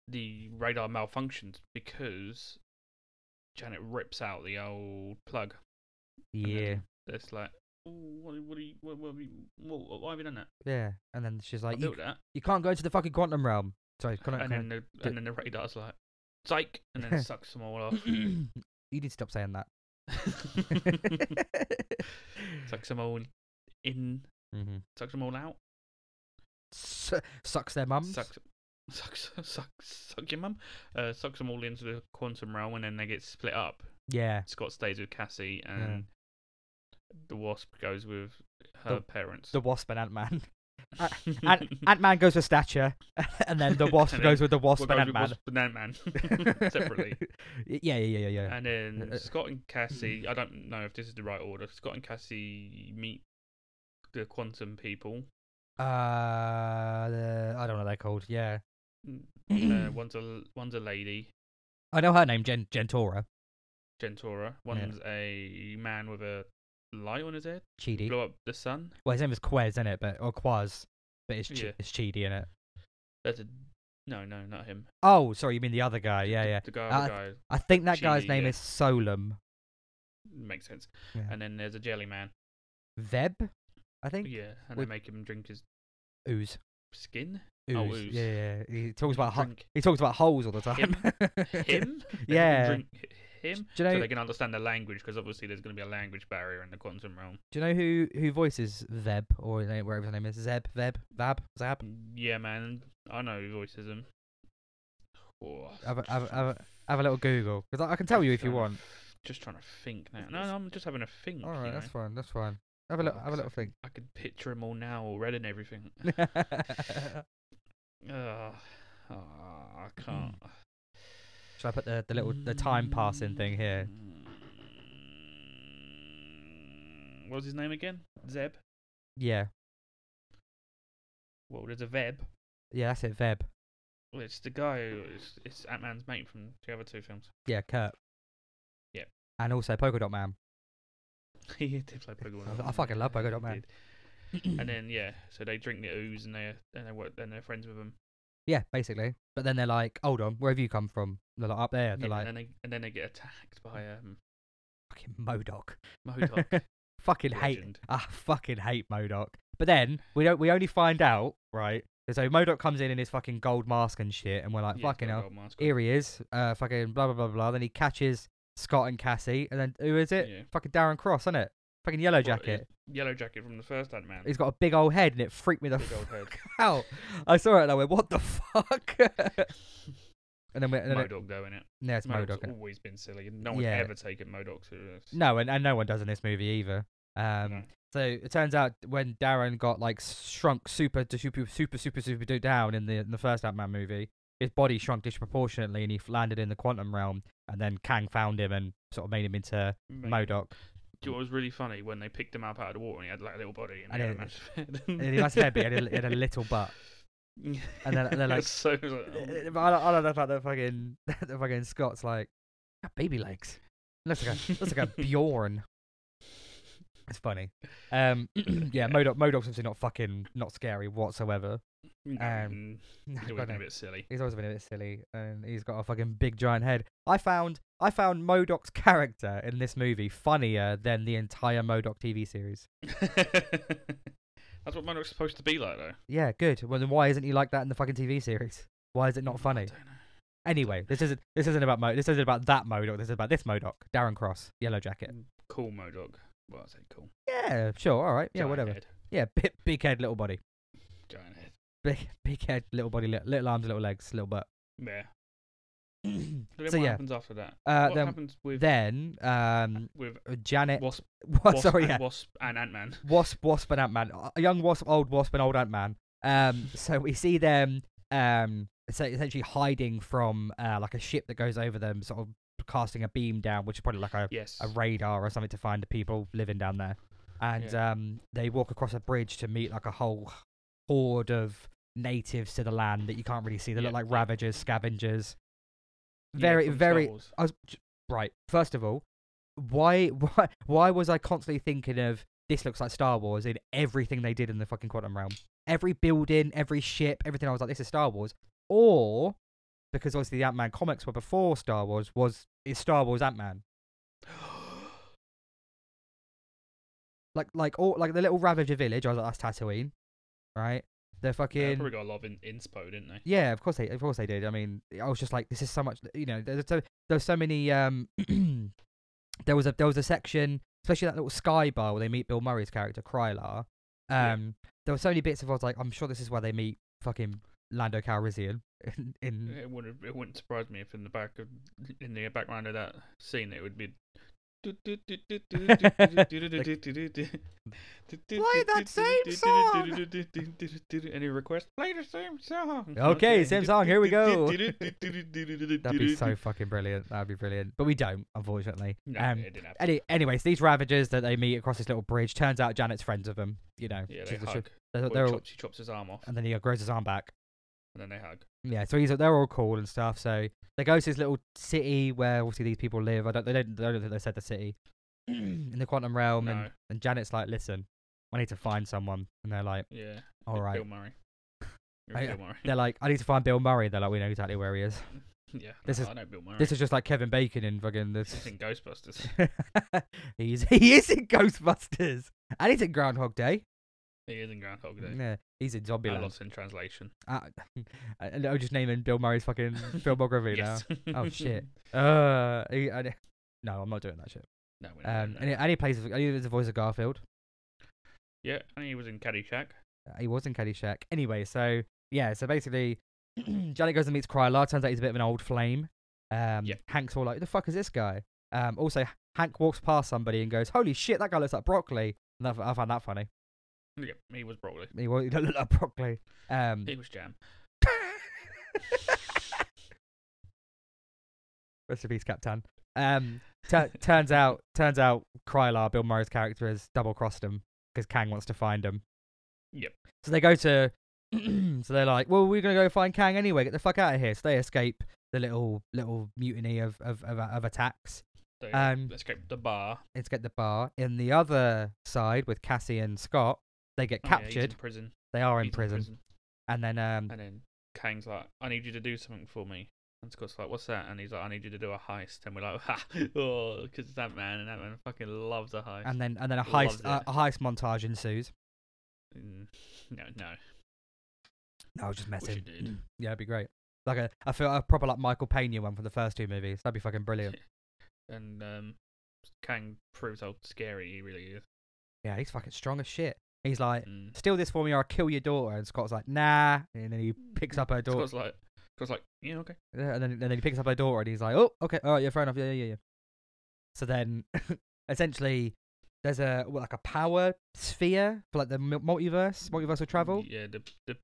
the radar malfunctions because Janet rips out the old plug. and then yeah, It's like, "Ooh, what, what, are you, what, what, have you, what, why have you done that? yeah. And then she's I like, you, built that. you can't go into the fucking quantum realm. Sorry, can I, and can then the do- and then the radar's like, psych, and then it sucks them all off. I- you need to stop saying that. sucks them all in, mm-hmm. sucks them all out, sucks their mums. sucks, sucks, sucks, suck your mum, uh, sucks them all into the quantum realm, and then they get split up. Yeah, Scott stays with Cassie, Yeah. and the Wasp goes with her parents. the uh, wasp and Ant Man. Ant Man goes with stature, and then the wasp And goes with the Well, wasp goes and with Ant Man. Wasp and Ant-Man separately. yeah, yeah, yeah, yeah, yeah. And then Uh, uh, Scott and Cassie, I don't know if this is the right order. Scott and Cassie meet the quantum people. Uh, the, I don't know what they're called. Yeah, Uh, one's a one's a lady, I know her name, Gen Gentora. Gentora. One's a man with a light on his head. Chidi. Blow up the sun. Well, his name is Quez, isn't it? But or Quaz, but it's Ch- Yeah. it's Chidi in it. That's a no, no, not him. Oh, sorry, you mean the other guy? Yeah, the, yeah. The guy, Uh, the guy I think that guy's She- name yeah. is Solum. makes sense. Yeah. And then there's a jelly man. Veb, I think. Yeah, and With- they make him drink his Ooze. skin. Ooze. Oh, ooze. Yeah, yeah. yeah. He talks about ho- Drink he talks about holes all the time. Him? him. They make him yeah. drink h- him. Do you know? so they can understand the language, because obviously there's going to be a language barrier in the quantum realm. Do you know who who voices Veb or you know, whatever his name is? Zeb, Veb, Vab, Zab. Mm. Yeah, man. I know who voices him. Oh, Have a, just have, a, trying have, to a, have a little Google because I, I can tell Just you if you trying to want. Just trying to think now. No, no, I'm just having a think. All Mm, you right, that's know. fine. That's fine. Have a Oh, little, have a because little think. I could picture them all now, all red and everything. Should Ugh. Ah, I can't. Hmm. I put the, the little the time passing thing here? Mm. What was his name again? Zeb. Yeah, Well, there's a Veb. yeah, that's it. Veb. Well, It's the guy. Who, it's it's Ant Man's mate from the other two films. Yeah, Kurt. Yep. And also Polka Dot Man. he did play Pokemon. I fucking love Polka Dot Man. And then yeah, so they drink the ooze and they and they work and they're friends with him. Yeah, basically. But then they're like, hold on, where have you come from? They're like, up there. They're like, and then they and then they get attacked by um fucking Modoc. Modok. fucking hate. Legend. I fucking hate Modoc. But then we don't. We only find out, right? So Modoc comes in in his fucking gold mask and shit, and we're like, Yeah, fucking got a hell. gold mask on. Here he is. Uh, fucking blah blah blah blah. Then he catches Scott and Cassie, and then who is it? Yeah. Fucking Darren Cross, isn't it? Fucking Yellow Well, Jacket. Yellow Jacket from the first Ant Man. He's got a big old head, and it freaked me the Big old fuck head. out. I saw it and I went, "What the fuck?" and then, we, and then it, Modok though, innit? yeah, it's Modok's Modoc. always been silly. No one's Yeah. ever taken Modok serious. No, and, and no one does in this movie either. Um, No. So it turns out when Darren got like shrunk super to super super super super do- down in the in the first Ant Man movie, his body shrunk disproportionately, and he f- landed in the quantum realm. And then Kang found him and sort of made him into Mate, Modoc. Do you know what was really funny when they picked him up out of the water and he had like a little body and, And he had it- a massive head. And he was heavy, and he had a- he had a little butt. and then- and they're like- so it was Uh, like, oh. but I don't, I don't know about the fucking the fucking Scots like "Got baby legs. Looks like a looks like a Bjorn. It's funny. Um, yeah, Modoc Modoc's obviously not fucking not scary whatsoever. oh. um, No, he's God, always been no. a bit silly. He's always been a bit silly, and he's got a fucking big giant head. I found I found Modoc's character in this movie funnier than the entire Modoc TV series. That's what Modok's supposed to be like, though. Yeah, good. Well, then why isn't he like that in the fucking TV series? Why is it not funny? I don't know. Anyway, this isn't this isn't about Mo- this isn't about that Modoc. This is about this Modoc, Darren Cross, Yellow Jacket. Mm, Cool Modok. Well, I say cool. Yeah, sure, all right, yeah, Giant whatever. Head. Yeah, big, big head, little body, Giant head. big big head, little body, little, little arms, little legs, little butt. Yeah. Then so what yeah, happens after that? uh, what then happens with then um, with Janet, Wasp, what, Wasp, sorry, and, yeah, Wasp and Ant Man? Wasp, Wasp, and Ant Man. A young Wasp, old Wasp, and old Ant Man. Um, so we see them um, so essentially hiding from uh, like a ship that goes over them, sort of casting a beam down, which is probably like a, Yes. a radar or something to find the people living down there. And um, they walk across a bridge to meet like a whole horde of natives to the land that you can't really see. They look Yeah. like ravagers, scavengers. Yeah, Very, from Star very Wars. I was j- right. First of all, why why why was I constantly thinking of this looks like Star Wars in everything they did in the fucking quantum realm? Every building, every ship, everything. I was like, this is Star Wars, or because obviously the Ant Man comics were before Star Wars. Was is Star Wars Ant Man? Like like all like the little Ravager village. I was like, that's Tatooine, right? The Yeah, they fucking probably got a lot of in- inspo, didn't they? Yeah, of course they, of course they did. I mean, I was just like, this is so much. You know, there's so there's so many. Um, there was a there was a section, especially that little sky bar where they meet Bill Murray's character Krylar. Um, Yeah. there were so many bits of I was like, I'm sure this is where they meet fucking Lando Calrissian in, in It wouldn't. It wouldn't surprise me if in the back of in the background of that scene it would be. Play that same song. Any requests? Play the same song. Okay, same song, here we go. that'd be so fucking brilliant. That'd be brilliant. But we don't, unfortunately. No, um, it didn't happen. any, anyways, these Ravagers that they meet across this little bridge turns out Janet's friends of them. You know, Yeah, they she's the sh- hug. they're, Well, they're he all, chops, he chops his arm off, and then he grows his arm back. and then they hug. Yeah, so he's they're all cool and stuff. So they go to this little city where obviously these people live. I don't they don't, they don't think they said the city in the quantum realm. no, And, and Janet's like, listen, I need to find someone, and they're like, yeah. all it's right, Bill Murray. You're I- Bill Murray. They're like, I need to find Bill Murray. They're like, we know exactly where he is. yeah, this no, is- I know Bill Murray. This is just like Kevin Bacon in fucking This this. is in Ghostbusters. he's he is in Ghostbusters, and he's in Groundhog Day. he is in Groundhog Day. Yeah, he's in I Zombieland. lost in translation. Uh, I- I'm oh, just naming Bill Murray's fucking filmography Yes. Oh, shit. now. Uh, he- I- no, I'm not doing that shit. no, we're not Um, doing and, he, that. and he plays, and he was the voice of Garfield. yeah, and he was in Caddyshack. Uh, He was in Caddyshack. Anyway, so yeah, so basically, Janet goes and meets Krylar. Turns out he's a bit of an old flame. Um, Yeah. Hank's all like, "Who the fuck is this guy?" Um, also, Hank walks past somebody and goes, "Holy shit, that guy looks like broccoli." And I, I found that funny. Yep, he was Broly. He, wa- he don't look like broccoli. Um, He was Jam. rest in peace, Captain. Um, tu- turns out, turns out, Krylar, Bill Murray's character, has double crossed him because Kang wants to find him. Yep. So they go to, so they're like, "Well, we're gonna go find Kang anyway. Get the fuck out of here." So they escape the little little mutiny of of of, uh, of attacks. So, Um, let's go to the bar. Oh, Let's get the bar. In the other side with Cassie and Scott, they get Oh, yeah, he's captured. in prison. they are in He's prison. and then um, And then Kang's like, I need you to do something for me. And Scott's like, what's that? And he's like, I need you to do a heist. And we're like, ha, oh, because that man and that man fucking loves a heist. and then and then a Loves heist uh, it. a heist montage ensues. Mm, no, no. No, I was just Wish messing. it did. Yeah, it'd be great. Like a, I feel a proper like Michael Pena one from the first two movies. That'd be fucking brilliant. And um, Kang proves how scary he really is. Yeah, he's fucking strong as shit. He's like, Mm. steal this for me or I'll kill your daughter. And Scott's like, nah. And then he picks up her daughter. Scott's like, Scott's like, yeah, okay. Yeah, And then, and then he picks up her daughter and he's like, oh, okay, all right, yeah, fair enough, yeah, yeah, yeah, yeah. So then, essentially, there's a what, like a power sphere for like the mul- multiverse, multiversal travel. Yeah, the the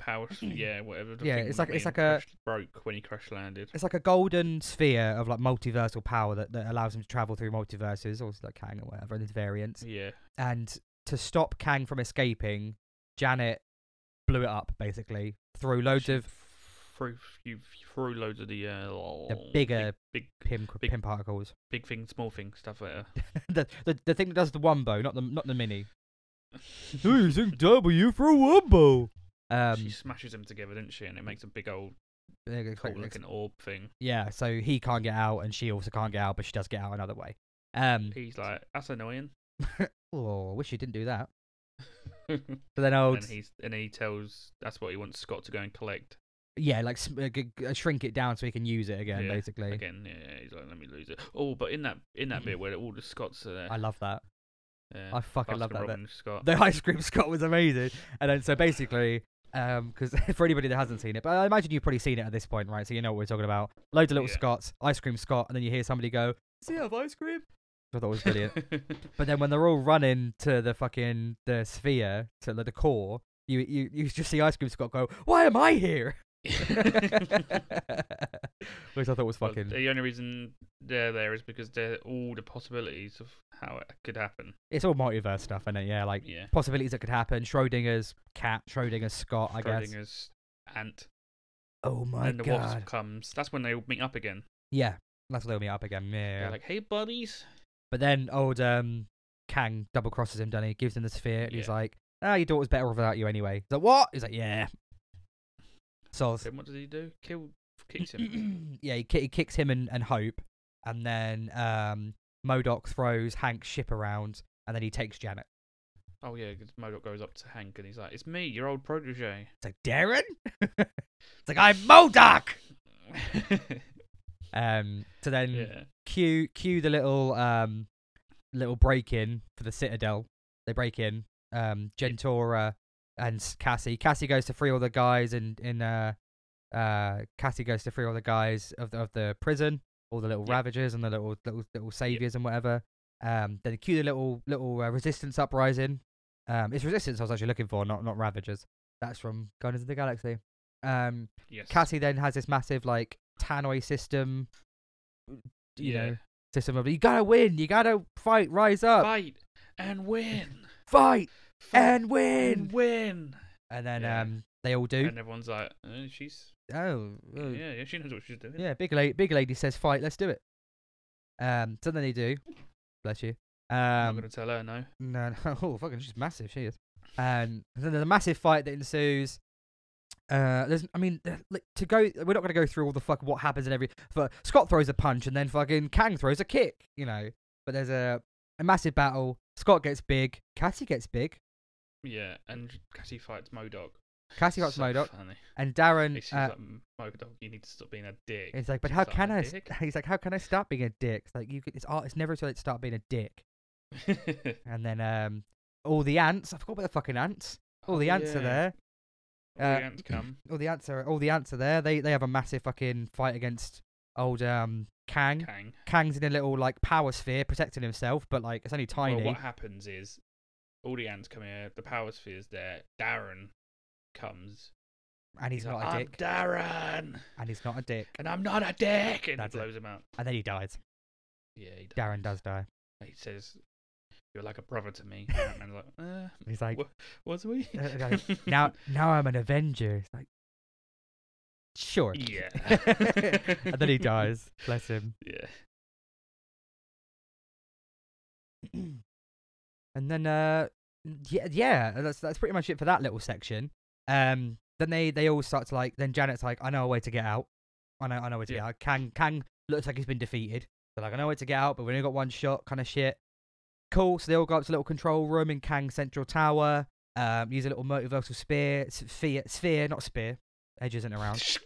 power. s- yeah, whatever. the Yeah, thing it's that like- it's made him like a- crash- broke when he crash landed. It's like a golden sphere of like multiversal power that, that allows him to travel through multiverses, or like Kang or whatever, and his variants. Yeah, and to stop Kang from escaping, Janet blew it up basically through loads she of f- threw you threw loads of the uh, the big- bigger big pim, big- pim particles. big thing, small thing stuff at her. the, the the thing that does the wombo, not the not the mini. Using W for wombo. Um, she smashes them together, doesn't she? And it makes a big old ex- cool ex- looking orb thing. yeah, so he can't get out, and she also can't get out, but she does get out another way. Um, He's like, that's annoying. oh, I wish you didn't do that. and So then old, he's and he tells that's what he wants Scott to go and collect yeah, like sm- uh, g- g- shrink it down so he can use it again, Yeah, basically. again. Yeah, he's like, let me lose it. Oh, but in that in that bit where all the Scots are there, I love that. yeah, I fucking love Baskin that bit. Robin Scott. the ice cream Scott was amazing. And then so basically, um, because for anybody that hasn't seen it, but I imagine you've probably seen it at this point, right? So you know what we're talking about. Loads of little Yeah. Scots, ice cream Scott, and then you hear somebody go, "Does he have ice cream?" I thought it was brilliant. brilliant. but then when they're all running to the fucking the sphere to the core, you you you just see ice cream Scott go, "Why am I here?" Which I thought was Well, fucking. the only reason they're there is because they're all the possibilities of how it could happen. It's all multiverse stuff, and it? Yeah, like Yeah. possibilities that could happen. Schrodinger's cat, Schrodinger's Scott, I guess. Schrodinger's ant Oh my and the god. wasp comes. That's when they all meet up again. Yeah, that's what they'll meet up again. Yeah, yeah, They're yeah. like, "Hey, buddies." but then old um, Kang double crosses him, doesn't he? Gives him the sphere, and he's Yeah. like, "Ah, your daughter's better off without you anyway." He's like, "What?" He's like, "Yeah." So Then what does he do? Kill, kicks him. yeah, he, ki- he kicks him and, and Hope, and then um, Modoc throws Hank's ship around, and then he takes Janet. oh yeah, because Modoc goes up to Hank and he's like, "It's me, your old protege." It's like Darren. it's like I'm Modoc. Um, so then yeah. cue cue the little um little break in for the Citadel. They break in. Um, Gentora and S- Cassie. Cassie goes to free all the guys, and in uh, uh, Cassie goes to free all the guys of the, of the prison, all the little Yep. ravagers and the little little little saviors and whatever. Um, then cue the little little uh, resistance uprising. Um, it's resistance I was actually looking for, not not ravagers. That's from Guardians of the Galaxy. Um, Yes. Cassie then has this massive like tannoy system. You yeah. know, system of you gotta win, you gotta fight, rise up, Fight and win. fight, Fight and win. and win. And then Yeah. um, they all do. And everyone's like, "Uh, "She's oh, oh, yeah. yeah, yeah, she knows what she's doing." big lady, big lady says fight, let's do it. Um, so then they do. Bless you. I'm Um, not gonna tell her no. no, no, oh fucking, she's massive. She is. Um, so then there's a massive fight that ensues. Uh, there's, I mean, th- like, to go, we're not going to go through all the fuck what happens in every. But Scott throws a punch and then fucking Kang throws a kick, you know. But there's a, a massive battle. Scott gets big. Cassie gets big. Yeah, and Cassie fights Modoc. Cassie fights so Modoc, Funny. and He's Darren. just Uh, like, "M- Modoc, you need to stop being a dick. he's like, but She's how like, can "I'm a I? st-" He's like, how can I stop being a dick? It's like you, could, it's art. It's never too late to start being a dick. dick?" And then um, all the ants. I forgot about the fucking ants. All the ants are Oh, yeah. there. All Uh, the ants come. All the ants are. All the ants are there. They they have a massive fucking fight against old um Kang. Kang. Kang's in a little like power sphere protecting himself, but like it's only tiny. Well, what happens is all the ants come here. The power sphere's there. Darren comes. and he's, not like, a I'm dick. Darren, and he's not a dick. and I'm not a dick, and That's it. he blows him out. And then he dies. Yeah, he does. Darren does die. He says, "You're like a brother to me." And Ant-Man's like, uh, He's like, What? "Was we?" Uh, like, now now I'm an Avenger. It's like, sure. yeah. and then he dies. Bless him. Yeah. and then uh yeah yeah that's that's pretty much it for that little section um then they they all start to like then janet's like i know a way to get out i know i know where to Yeah. get out kang kang looks like he's been defeated they're like i know where to get out but we only got one shot kind of shit cool so they all go up to a little control room in kang's central tower um use a little multiversal spear sphere sphere not spear edge isn't around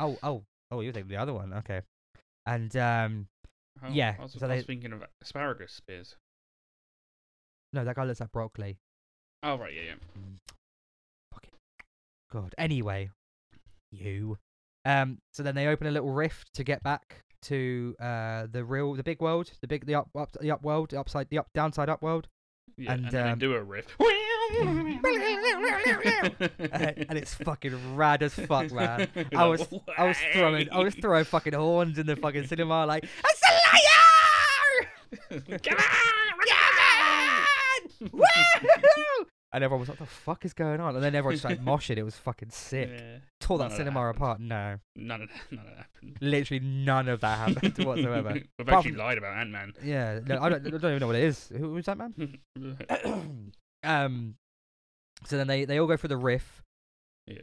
oh oh oh you're taking the other one okay and um Oh, Yeah, I was, so I they- was thinking of asparagus spears. no that guy looks like broccoli Oh right, yeah, yeah. God. Anyway, you. Um. So then they open a little rift to get back to uh the real, the big world, the big, the up, up the up world, the upside, the up, downside up world, yeah. And, And, then um, they do a riff. and, and it's fucking rad as fuck, man. You're I like, was, I was throwing, I was "Way!" throwing fucking horns in the fucking cinema, like it's a liar! Come on, come on! Woo! And everyone was like, "The fuck is going on?" And then everyone just like moshing. It was fucking sick. Yeah. Tore that None of that cinema happened. apart. No, None of that, none of that happened. literally none of that happened whatsoever. We've Apart actually from- lied about Ant Man. Yeah, no, I don't, I don't even know what it is. Who was that man? um, so then they, they all go for the riff, Yeah.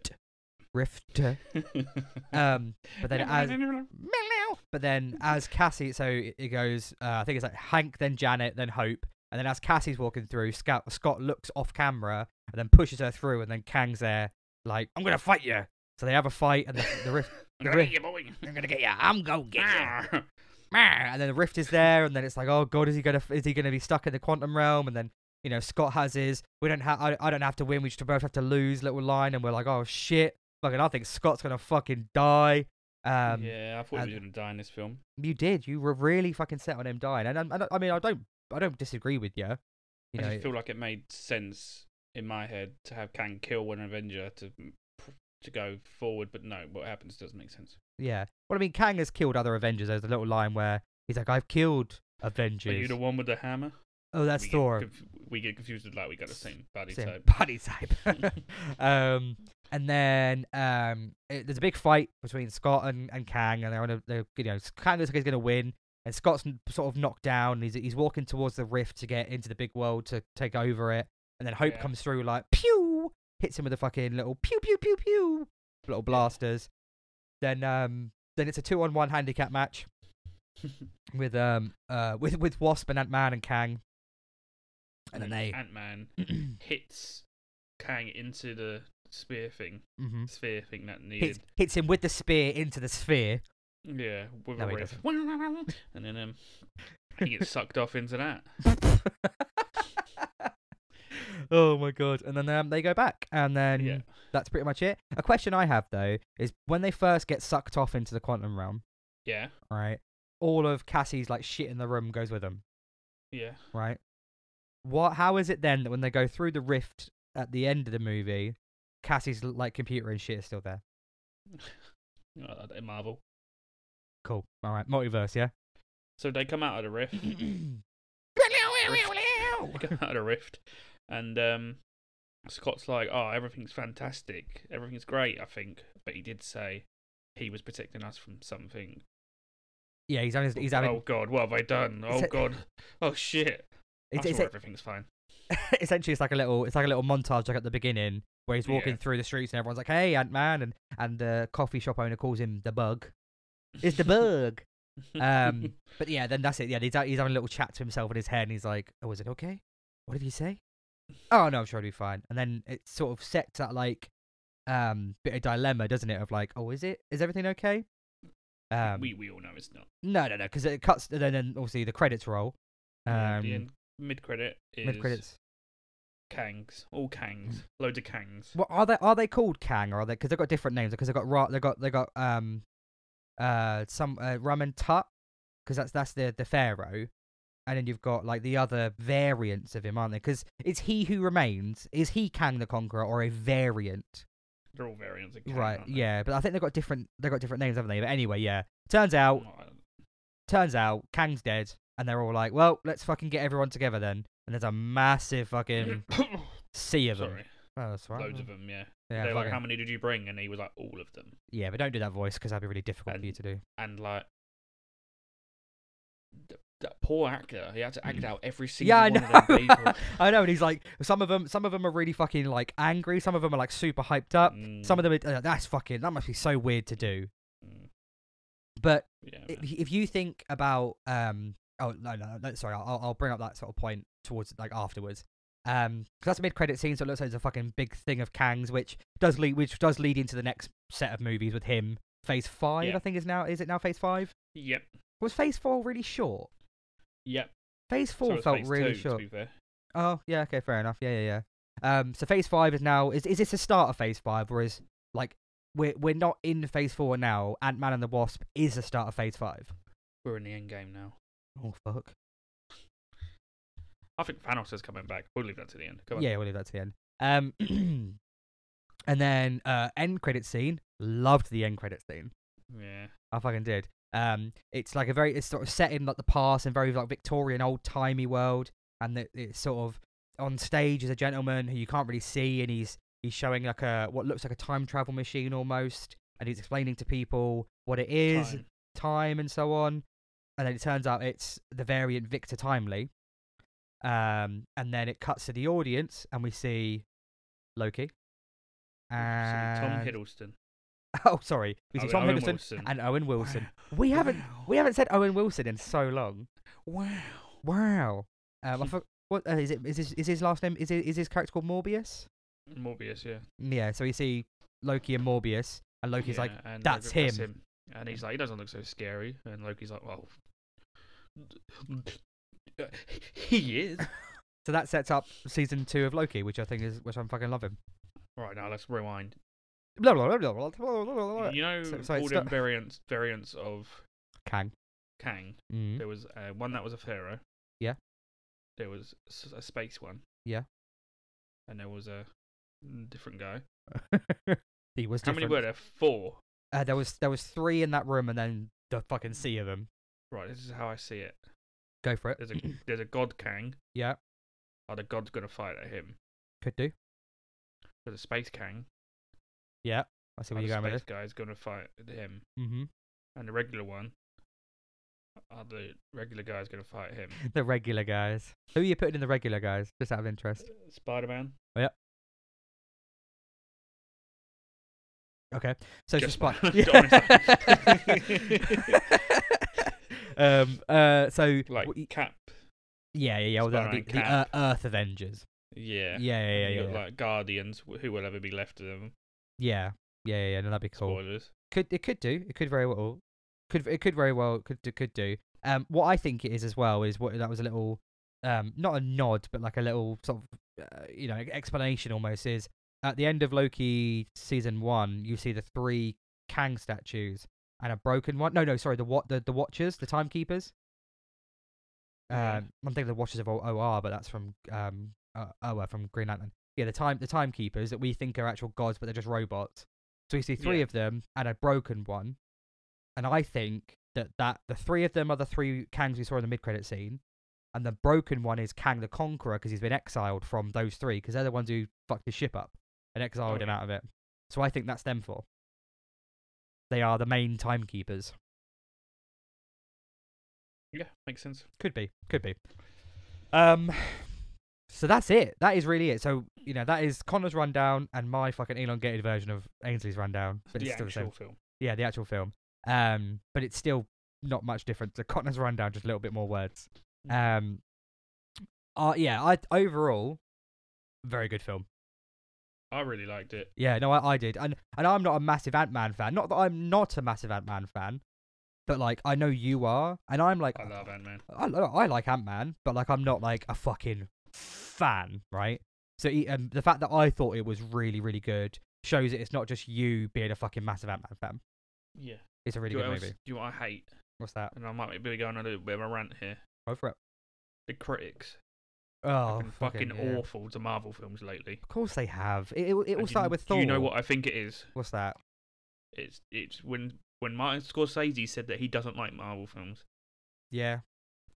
rift. Um, but then as but then as Cassie, so it, it goes. Uh, I think it's like Hank, then Janet, then Hope, and then as Cassie's walking through, Scott Scott looks off camera and then pushes her through, and then Kang's there, like I'm gonna fight you. So they have a fight, and the, the Ah! rift. I'm gonna get you, boy. I'm gonna get you. I'm gonna get you. Arr. "Meh," and then the rift is there, and then it's like, oh god, is he gonna is he gonna be stuck in the quantum realm? And then you know Scott has his, we don't have, I, I don't have to win, we just both have to lose little line, and we're like, oh shit, fucking, I think Scott's gonna fucking die. Um, yeah, I thought he and- was gonna die in this film. you did, you were really fucking set on him dying, and, and, and I mean, I don't, I don't disagree with you. You I know, just feel like it made sense in my head to have Kang kill one Avenger to to go forward, but no, what happens doesn't make sense. yeah. Well, I mean, Kang has killed other Avengers. There's a little line where he's like, I've killed Are you Avengers. the one with the hammer? Oh, that's we Thor. Get conf- we get confused with like we got the same body Same type. body type. um, and then um, it, there's a big fight between Scott and, and Kang, and they're on a they're, you know Kang looks like he's gonna win, and Scott's n- sort of knocked down. He's he's walking towards the rift to get into the big world to take over it, and then Hope Yeah. comes through like pew, hits him with a fucking little pew pew pew pew, little blasters. Then um, then it's a two on one handicap match with um uh with with Wasp and Ant Man and Kang, and then they. Ant Man hits Kang into the spear thing, Mhm. sphere thing that needed. hits, hits him with the spear into the sphere. Yeah, with No, a he riff. and then um, he gets sucked off into that. oh my god! And then um, they go back, and then yeah. that's pretty much it. A question I have though is when they first get sucked off into the quantum realm, Yeah. right? All of Cassie's like shit in the room goes with them, Yeah. right? What? How is it then that when they go through the rift at the end of the movie, Cassie's like computer and shit is still there? I like Oh, that in Marvel. Cool. All right, multiverse, yeah. So they come out of the rift. they come out of the rift, and um, Scott's like, "Oh, everything's fantastic. Everything's great. I think." But he did say he was protecting us from something. yeah, he's having. He's having. oh God, what have I done? Oh It's a- God. Oh shit. it's, I'm it's, sure everything's fine. essentially it's like a little it's like a little montage like at the beginning where he's Yeah. walking through the streets and everyone's like, "Hey, Ant Man," and and the coffee shop owner calls him the Bug. It's the Bug. Um, but yeah, then that's it. Yeah, he's, ha- he's having a little chat to himself in his head, and he's like, "Oh, is it okay? What did he say? Oh no, I'm sure it'll be fine." And then it sort of sets that like um bit of dilemma, doesn't it? Of like, "Oh, is it? Is everything okay?" Um, we we all know it's not. no, no, no, because it cuts. And then, then obviously the credits roll. Yeah, Um, the end mid credit is mid credits. Kangs, all Mm. Kangs, loads of Kangs. Well, are they are they called Kang or are they? Because they've got different names. Because they've got Ra, they got they got um uh some uh, Ramen Tut because that's that's the the pharaoh, and then you've got like the other variants of him, aren't they? Because it's he who remains. Is he Kang the Conqueror or a variant? They're all variants of Kang. right. aren't they? Yeah, but I think they've got different they have got different names, haven't they? But anyway, yeah. Turns out Not- turns out Kang's dead, and they're all like, well, let's fucking get everyone together then. And there's a massive fucking sea of them. Sorry, Oh, that's right. loads of them. Yeah, Yeah, they're like, fucking- how many did you bring? And he was like, all of them. Yeah, but don't do that voice because that'd be really difficult for you And- to do. And like, th- that poor actor, he had to act out every Mm. single Yeah, I one of them people. know. I know, and he's like, some of them, some of them are really fucking like angry. Some of them are like super hyped up. Some of them, are, uh, that's fucking. That must be so weird to do. Mm, But Yeah, if, man. if you think about, um, oh no, no, no sorry, I'll, I'll bring up that sort of point towards like afterwards. Um, 'cause that's a mid-credit scene, so it looks like there's a fucking big thing of Kang's, which does lead, which does lead into the next set of movies with him. Phase five, Yeah. I think, is now is it now phase five? yep, Was phase four really short? yep. Phase So four it's felt phase really two, short. To be fair. Oh, yeah, okay, fair enough. Yeah, yeah, yeah. Um, so phase five is now is is this the start of phase five, or is like we're we're not in phase four now? Ant Man and the Wasp is the start of phase five. We're in the end game now. Oh fuck. I think Thanos is coming back. We'll leave that to the end. Come on. Yeah, we'll leave that to the end. Um, and then uh, end credit scene. Loved the end credit scene. Yeah. I fucking did. Um, it's like a very it's sort of set in like the past and very like Victorian old timey world, and that it's sort of on stage is a gentleman who you can't really see, and he's he's showing like a what looks like a time travel machine almost, and he's explaining to people what it is, time, Time. and so on, and then it turns out it's the variant Victor Timely, um, and then it cuts to the audience, and we see Loki. So And... Tom Hiddleston. Oh, sorry. We see Owen- Tom Owen Hiddleston Wilson. and Owen Wilson. Wow. We haven't Wow. we haven't said Owen Wilson in so long. Wow. Wow. Um, I for, what uh, is it? Is his is his last name? Is it is his character called Morbius? Mm, Morbius, yeah. Yeah. So you see Loki and Morbius, and Loki's like, Yeah, and "That's Loki- him." And he's like, he doesn't look so scary. And Loki's like, well, he is. so that sets up season two of Loki, which I think is which I'm fucking loving. right now, let's rewind. Blah blah blah blah blah blah blah. blah. You know, So- so it's all them got- variants, variants of Kang. Kang. Mm. There was uh, one that was a pharaoh. Yeah. There was s- a space one. Yeah. And there was a different guy. he was How different. many were there? Four. Uh, there was there was three in that room, and then the fucking sea of them. Right, this is how I see it. Go for it. There's a there's a god Kang. yeah, Are the gods gonna fight at him? could do. There's a space Kang. Yeah, I see are where the you're going with space this. guy's gonna fight at him? hmm and the regular one are the regular guy's going to fight him. The regular guys. Who are you putting in the regular guys? Just out of interest. Spider Man. Okay. So Just it's a spy. one. Yeah. um. Uh. So. Like w- Cap. yeah. Yeah. Yeah. well, that'd be Spider-Man the uh, Cap. Earth Avengers. Yeah. Yeah. Yeah. Yeah. You Yeah. got, Yeah. Like Guardians, wh- who will ever be left of them. yeah. Yeah. yeah, yeah, No, that'd be cool. Spoilers. Could it could do? It could very well. Could it could very well could do, could do. Um. What I think it is as well is what that was a little, um, not a nod, but like a little sort of, uh, you know, explanation almost is at the end of Loki season one, you see the three Kang statues and a broken one. No, no, sorry, the what the, the Watchers, the timekeepers. Yeah. Um, I'm thinking the Watchers of O- OR, but that's from um uh, OR from Green Lantern. Yeah, the time the timekeepers that we think are actual gods, but they're just robots. So we see three Yeah. of them and a broken one, and I think that that the three of them are the three Kangs we saw in the mid credit scene. And the broken one is Kang the Conqueror because he's been exiled from those three because they're the ones who fucked his ship up and exiled him Okay. out of it. So I think that's them for. They are the main timekeepers. Yeah, makes sense. Could be, could be. Um, So that's it. That is really it. So you know that is Connor's rundown and my fucking elongated version of Ainsley's rundown, but it's the still the same. actual film. Yeah, the actual film. Um, but it's still not much different. So Connor's rundown, just a little bit more words. Mm. Um, uh, yeah. I overall, very good film. I really liked it. Yeah, no, I, I did, and and I'm not a massive Ant Man fan. Not that I'm not a massive Ant Man fan, but like I know you are, and I'm like I love Ant Man. I, lo- I like Ant Man, but like I'm not like a fucking fan, right? So he, um, the fact that I thought it was really, really good shows that it's not just you being a fucking massive Ant Man fan. Yeah. It's a Do really you, know good what else, movie. do you know what I hate? What's that? And I might be going on a little bit of a rant here. Go for it. The critics Oh, have been fucking, yeah. awful to Marvel films lately. Of course they have. It, it, it all And do started you, with do Thor. You know what I think it is? What's that? It's it's when when Martin Scorsese said that he doesn't like Marvel films. Yeah.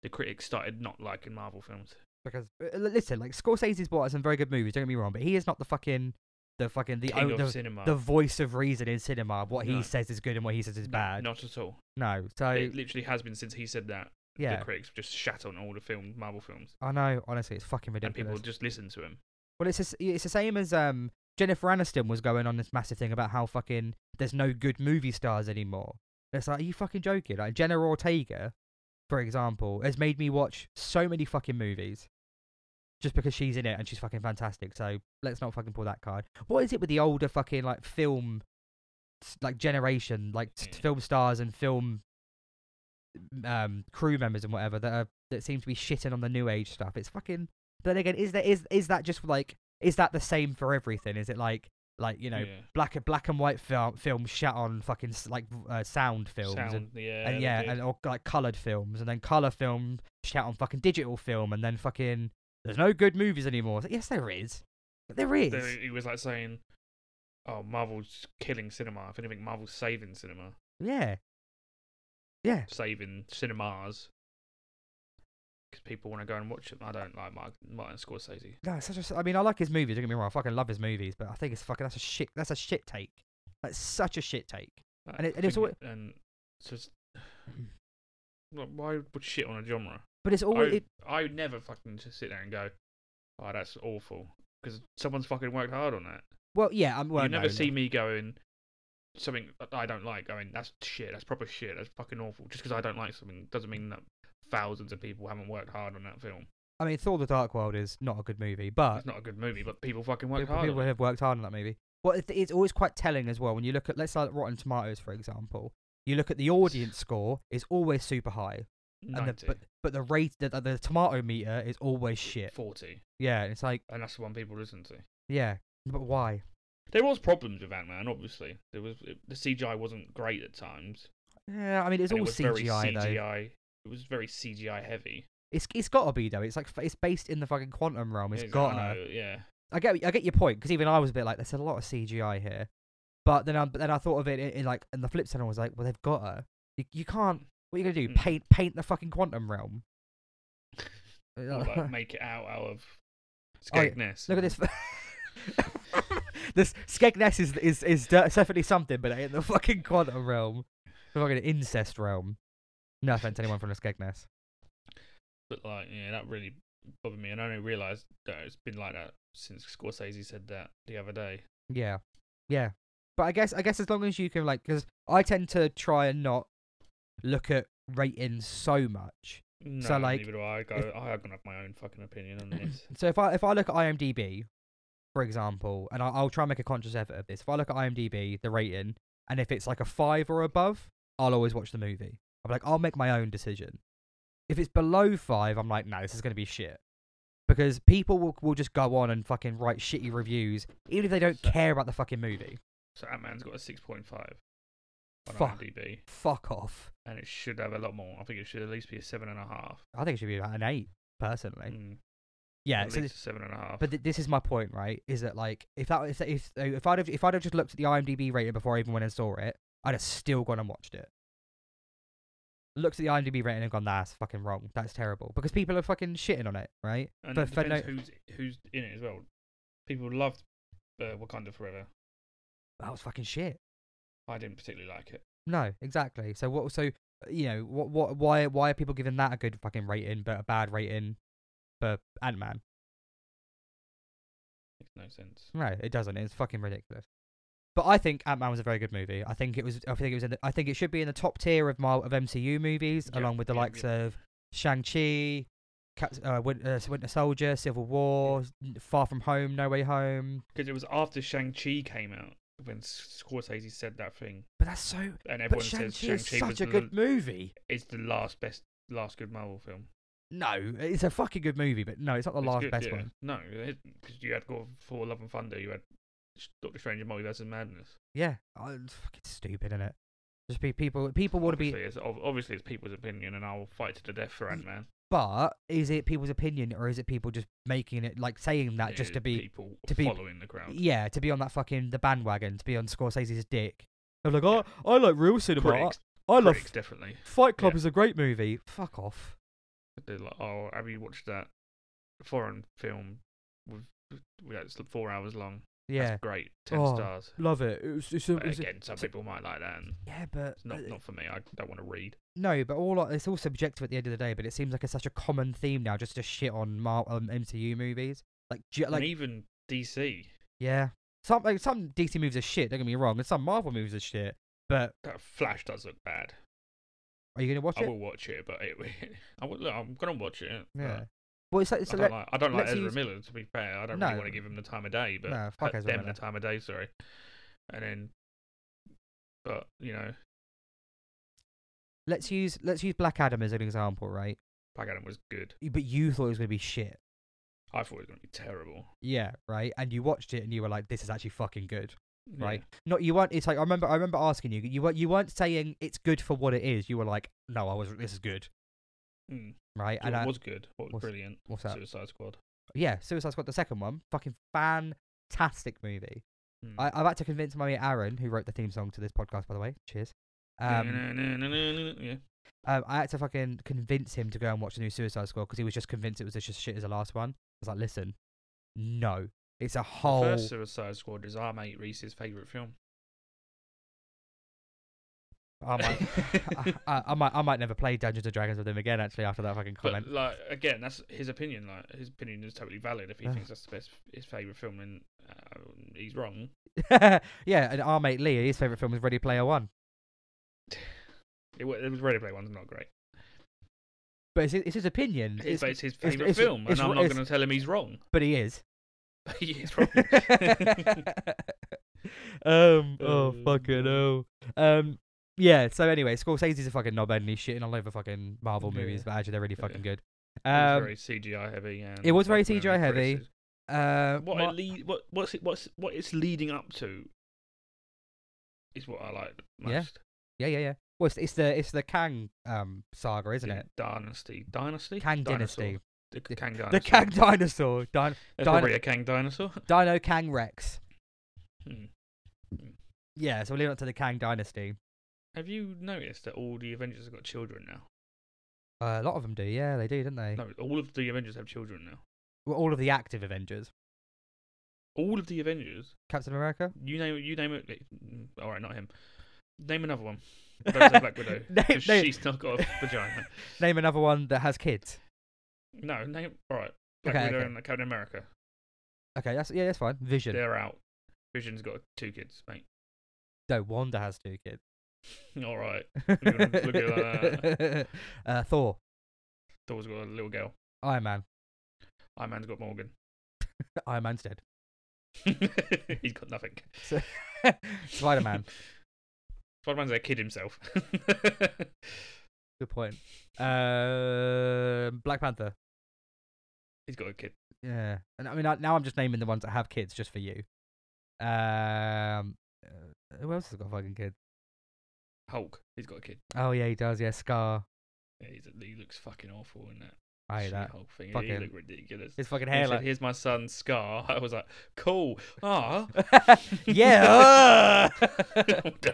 The critics started not liking Marvel films. Because uh, l- listen, like Scorsese's brought out some very good movies. Don't get me wrong, but he is not the fucking, the fucking the King o- of the, cinema. the voice of reason in cinema. What he No. says is good and what he says is No, bad. Not at all. No, so it literally has been since he said that. yeah, The critics just shat on all the film Marvel films, I know. Honestly, it's fucking and ridiculous. people just listen to him. Well, it's the s- it's the same as um Jennifer Aniston was going on this massive thing about how fucking there's no good movie stars anymore. It's like are you fucking joking? Like Jenna Ortega, for example, has made me watch so many fucking movies just because she's in it and she's fucking fantastic. So let's not fucking pull that card. What is it with the older fucking like film s- like generation, like s- Mm. film stars and film um crew members and whatever that are that seem to be shitting on the new age stuff? It's fucking but then again, is there is is that just like is that the same for everything? Is it like like you know yeah. black black and white film films shot on fucking s- like uh, sound films Sound, and, yeah, and yeah they and do. or like colored films and then color film shot on fucking digital film and then fucking there's no good movies anymore. It's like, yes, there is. There is. Then he was like saying, "Oh, Marvel's killing cinema. If anything, Marvel's saving cinema, Yeah. Yeah. saving cinemas." Because people want to go and watch it. I don't like Mark, Martin Scorsese. No, it's such a. I mean, I like his movies. Don't get me wrong. I fucking love his movies, but I think it's fucking. That's a shit. That's a shit take. That's such a shit take. Like, And it- I and it's think it- and it's just like, why would shit on a genre? But it's all. I, Oh, It, I would never fucking just sit there and go, "Oh, that's awful," because someone's fucking worked hard on that. well, yeah. I'm. Well, you never no, no. see me going something that I don't like going, that's shit, that's proper shit, that's fucking awful. Just because I don't like something doesn't mean that thousands of people haven't worked hard on that film. I mean, Thor: The Dark World is not a good movie, but It's not a good movie, but people fucking worked Uh, people, hard. people on it. have worked hard on that movie. Well, it- it's always quite telling as well when you look at, let's say, like Rotten Tomatoes, for example. You look at the audience score is always super high, and the, 90, but but the rate the, the, the tomato meter is always shit. 40, Yeah, it's like and that's the one people listen to. yeah, but why? There was problems with Ant Man, obviously. There was the CGI wasn't great at times. Yeah, I mean it's and all it was very CGI though. CGI. It was very CGI heavy. It's it's gotta be though. It's like f- it's based in the fucking quantum realm. It's It's- I gotta. know, oh, yeah. I get I get your point because even I was a bit like there's a lot of CGI here, but then I but then I thought of it in, in like and the flip side I was like well they've got her you, you can't what are you gonna do Mm. paint paint the fucking quantum realm. Or, like make it out out of Oh, yeah. Skegness. Look at this. this Skegness is is is de- definitely something, but in the fucking quantum realm, the fucking incest realm. No offense to anyone from the Skegness. But like, yeah, that really bothered me, and I only realised that it's been like that since Scorsese said that the other day. Yeah, yeah. But I guess I guess as long as you can like, because I tend to try and not look at ratings so much. No, So, like, neither do I go. I am gonna have my own fucking opinion on this. So if I if I look at IMDb, for example, and I'll, I'll try and make a conscious effort of this. If I look at IMDb, the rating, and if it's like a five or above, I'll always watch the movie. I'm like, I'll make my own decision. If it's below five, I'm like, no, this is gonna be shit. Because people will, will just go on and fucking write shitty reviews, even if they don't So- care about the fucking movie. so Ant-Man's got a six point five on Fuck. IMDb, Fuck off. and it should have a lot more. I think it should at least be a seven and a half. I think it should be about an eight, personally. Mm, Yeah. at So least a seven and a half. But th- this is my point, right? Is that like if that if if if I'd have if I'd have just looked at the IMDb rating before I even went and saw it, I'd have still gone and watched it. Looked at the IMDb rating and gone, nah, that's fucking wrong. That's terrible because people are fucking shitting on it, right? and for- it for depends who's who's in it as well. People loved uh, Wakanda Forever. That was fucking shit. I didn't particularly like it. No, exactly. So what? So you know what? What? Why? Why are people giving that a good fucking rating but a bad rating for Ant Man? no sense. No, it doesn't. It's fucking ridiculous. But I think Ant Man was a very good movie. I think it was. I think it was. In the, I think it should be in the top tier of Marvel of MCU movies, Yeah, along with the yeah, likes yeah. of Shang Chi, uh, Win- uh, Winter Soldier, Civil War, Far From Home, No Way Home. Because it was after Shang Chi came out when S- Scorsese said that thing, But that's so. and But everyone Shang says Chi Shang is Chi was such a the- good movie. is the last best, last good Marvel film. No, it's a fucking good movie, but no, it's not the It's last good, best yeah. one. No, because you had God for Love and Thunder, you had Sh- Doctor Strange and Multiverse of Madness. Yeah, oh, it's fucking stupid, isn't it? Just be people. People want to be. obviously, it's, ob- obviously it's people's opinion, and I'll fight to the death for Ant Man. But is it people's opinion or is it people just making it like saying that uh, just to be people to be- following the crowd. yeah to be on that fucking the bandwagon to be on Scorsese's dick? They're like, oh, I like real cinema. I- Critics, I love critics definitely. Fight Club yeah. is a great movie. Fuck off. They're like, oh, have you watched that foreign film? With, with, it's four hours long. Yeah, That's great. Ten Oh, stars. love it. It was, it's a, But it's a- again, some people might like that. And yeah, but it's not uh, not for me. I don't want to read. no, but all it's all subjective at the end of the day. But it seems like it's such a common theme now, just to shit on Mar- um, MCU movies. Like, ju- like and even DC, Yeah. Some like some DC movies are shit, don't get me wrong, and some Marvel movies are shit. But that Flash does look bad. are you gonna watch I it? will watch it, but it, I will, look, I'm gonna watch it. but Yeah. Well it's like, I so don't let, like I don't like let's Ezra use- Miller to be fair. I don't No. really want to give him the time of day, but No, fuck uh, Ezra them Miller. the time of day. Sorry, and then, but you know, let's use let's use Black Adam as an example, right? Black Adam was good. But you thought it was gonna be shit. I thought it was gonna be terrible. Yeah, right. And you watched it and you were like, "This is actually fucking good," Yeah. right? Not you weren't. It's like I remember. I remember asking you. You weren't. You weren't saying it's good for what it is. You were like, "No, I was. This is good," Mm. right? So And I, what was good? What was what's- brilliant? what's that? Suicide Squad. yeah, Suicide Squad, the second one, fucking fantastic movie. Mm. I, I've had to convince my mate Aaron, who wrote the theme song to this podcast, by the way. Cheers. Um, yeah. um, I had to fucking convince him to go and watch the new Suicide Squad because he was just convinced it was just as shit as the last one. I was like, listen, no, it's a whole. The first Suicide Squad is our mate Reese's favourite film. I, might, I, I, I might, I might never play Dungeons and Dragons with him again. Actually, after that fucking comment, But like again, that's his opinion. Like his opinion is totally valid. If he Yeah. thinks that's the best, his favourite film, then uh, he's wrong. yeah, and our mate Lee, his favorite film was Ready Player One. It, wa- it was Ready Player One's not great, But it's, it's his opinion, it's, it's, but it's his it's- favourite it's- film, it's- and I'm not it's- going to tell him he's wrong. but he is. he is wrong. um. Oh Um, fucking hell. Um. Yeah. So anyway, Scorsese's a fucking knobhead and he's shitting all over fucking Marvel Yeah. movies, but actually they're really Yeah. fucking good. it was Um. very CGI heavy. And it was very like, CGI heavy. criticism. Uh. What, Mar- it lead, what what's it what's what it's leading up to is what I like most. Yeah, yeah, yeah, yeah. Well, it's, it's the it's the Kang um saga, isn't The it? Dynasty, dynasty, Kang Dinosaur. Dynasty. The Kang dinosaur. The Kang dinosaur, Din- There's dino- probably a Kang dinosaur. Dino Kang Rex. Hmm. Yeah. So we're leading up to the Kang dynasty. Have you noticed that all the Avengers have got children now? Uh, a lot of them do. Yeah, they do, don't they? No, all of the Avengers have children now. Well, all of the active Avengers. All of the Avengers. Captain America. You name you name it. mm, All right, not him. Name another one. Don't say Black Widow. name, 'cause name- she's not got a vagina. name another one that has kids. No, name. All right. Black Okay, Widow okay. and Captain America. Okay, that's yeah, that's fine. Vision. They're out. Vision's got two kids, mate. No, Wanda has two kids. All right. gonna look at uh, Thor, Thor's got a little girl. Iron Man, Iron Man's got Morgan. Iron Man's dead. He's got nothing. Spider Man. Spider Man's a kid himself. Good point. Uh, Black Panther. He's got a kid. Yeah, and I mean I, now I'm just naming the ones that have kids just for you. Um, uh, who else has got fucking kids? Hulk. He's got a kid. Oh yeah, he does. Yeah, Scar. Yeah, he's, he looks fucking awful in that. I hate that. Hulk thing. He Fucking- looked ridiculous. His fucking When he hair said, like. Here's my son Scar. I was like, cool. Ah. yeah. uh! What the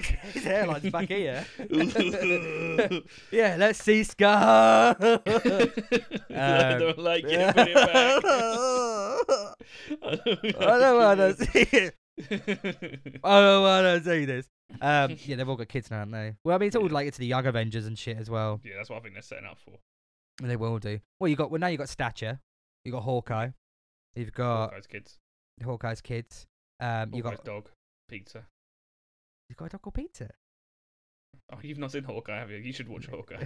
His hairline's back here. I yeah, let's see Scar. um, don't like it. Put it back. I don't I don't want like to it. see it. I don't want to see this. Um, yeah, they've all got kids now, haven't they? Well, I mean, it's all Yeah. like it's the Young Avengers and shit as well. yeah, that's what I think they're setting up for. And they will do. Well, you got well now you got Stature, you got Hawkeye, you've got Hawkeye's kids. Hawkeye's kids. Um, Uh, you got Hawkeye's dog, pizza. you got a dog called Peter. Oh, you've not seen Hawkeye, have you? You should watch Hawkeye.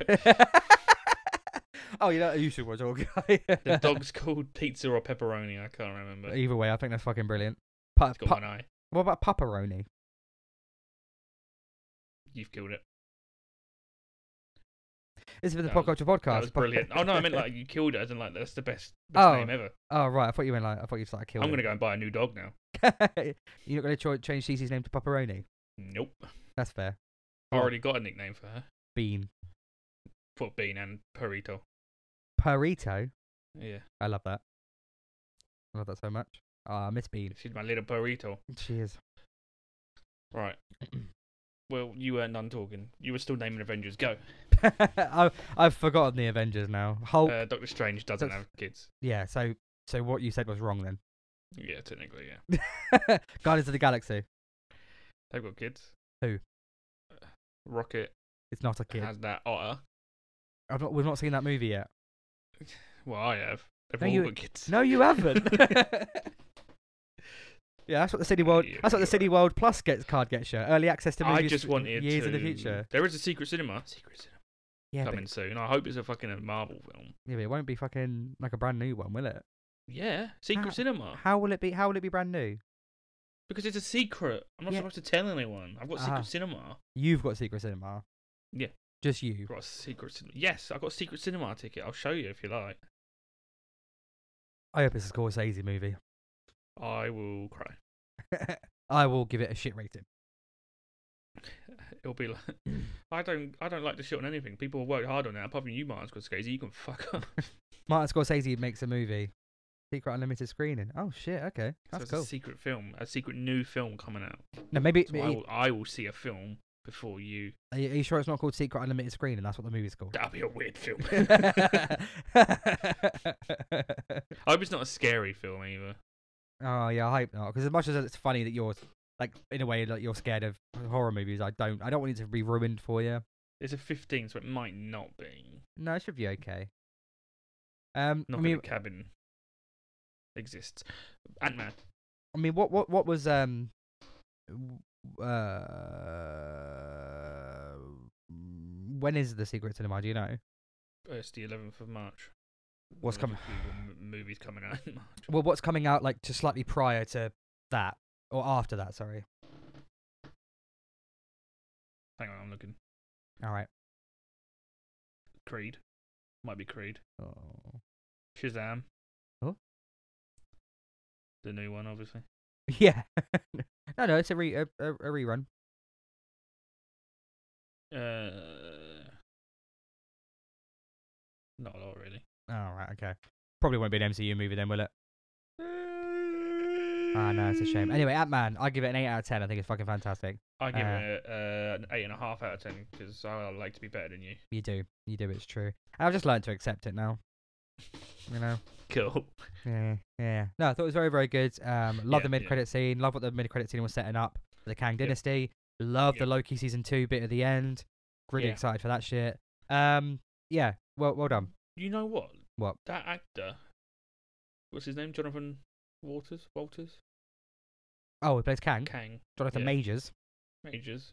oh, you know you should watch Hawkeye. the dog's called pizza or pepperoni. I can't remember. Either way, I think that's fucking brilliant. Pa- It's got pa- one eye. what about Pepperoni? You've killed it. This has been the That was- Pop Culture Podcast. That was brilliant. Oh no, I meant like you killed it, as in like that's the best, best Oh, name ever. oh right, I thought you meant like I thought you started killing. I'm gonna go and buy a new dog now. go. You're not gonna cho- change Cece's name to Pepperoni. Nope. That's fair. I What? already got a nickname for her. Bean Put Bean and Perito. Perito. Yeah, I love that. I love that so much. Ah, I miss Bean. she's my little burrito. She is. Right. Well, you were none talking. You were still naming Avengers. Go. I, I've forgotten the Avengers now. Hulk. Uh, Doctor Strange doesn't Oh. That's- have kids. yeah. So, so what you said was wrong then. Yeah, technically, yeah. Guardians of the Galaxy. They've got kids. Uh, Who? Rocket It's not a kid. has that otter. I've not, we've not seen that movie yet. Well, I have. They've No, all you- got kids. No, you haven't. yeah, that's what the City World. Yeah, That's what the you're City World Plus gets card gets you. Early access to movies. I just for wanted years to... in the future. There is a secret cinema. Secret cinema Yeah, but, coming soon. I hope it's a fucking a Marvel film. yeah, but it won't be fucking like a brand new one, will it? Yeah, secret How- cinema How will it be? How will it be brand new? because it's a secret. I'm not Yeah. supposed to tell anyone. I've got Ah. secret cinema. You've got Secret Cinema. Yeah. Just you. I've got a secret cinema. Yes, I've got a secret cinema ticket. I'll show you if you like. I hope it's a Scorsese movie. I will cry. I will give it a shit rating. It'll be like I don't I don't like to shit on anything. People have worked hard on that. Apart from you, Martin Scorsese, you can fuck up. Martin Scorsese makes a movie. Secret Unlimited screening. Oh shit. Okay, so that's it's a cool. secret film, a secret new film coming out. No, maybe. So I will I will see a film before you. Are you, are you sure it's not called Secret Unlimited screening? That's what the movie's called. That'll be a weird film. oh I hope it's not a scary film either. yeah, I hope not. Because as much as it's funny that you're like in a way like you're scared of horror movies, I don't. I don't want it to be ruined for you. It's a 15, so it might not be. No, it should be okay. Um, Not I mean, the cabin exists. Ant Man. I mean, what, what, what was um, w- uh, when is the Secret Cinema? Do you know? Uh, it's the 11th of March. What's One coming- of the big m- movies coming out in March. Well, what's coming out like just slightly prior to that or after that? Sorry. Hang on, I'm looking. All right. Creed. Might be Creed. Oh. Shazam. Oh. The new one, obviously. Yeah. no, no, it's a re a, a, a rerun. Uh, not a lot, really. Oh, right, okay. Probably won't be an MCU movie then, will it? Ah, no, it's a shame. Anyway, Ant Man, I give it an eight out of ten. I think it's fucking fantastic. I give uh, it a, uh, an eight and a half out of ten because I like to be better than you. You do, you do. It's true. And I've just learned to accept it now. You know. Cool. Yeah, yeah. No, I thought it was very, very good. Um, love Yeah, the yeah. mid-credit scene. Love what the mid-credit scene was setting up for the Kang Dynasty. Love the Yep. Loki season two bit at the end. Really Yeah. excited for that shit. Um, yeah. Well, well done. You know what? What? That actor. What's his name? Jonathan Waters? Walters? Oh, he plays Kang. Kang. Jonathan yeah. Majors. Majors.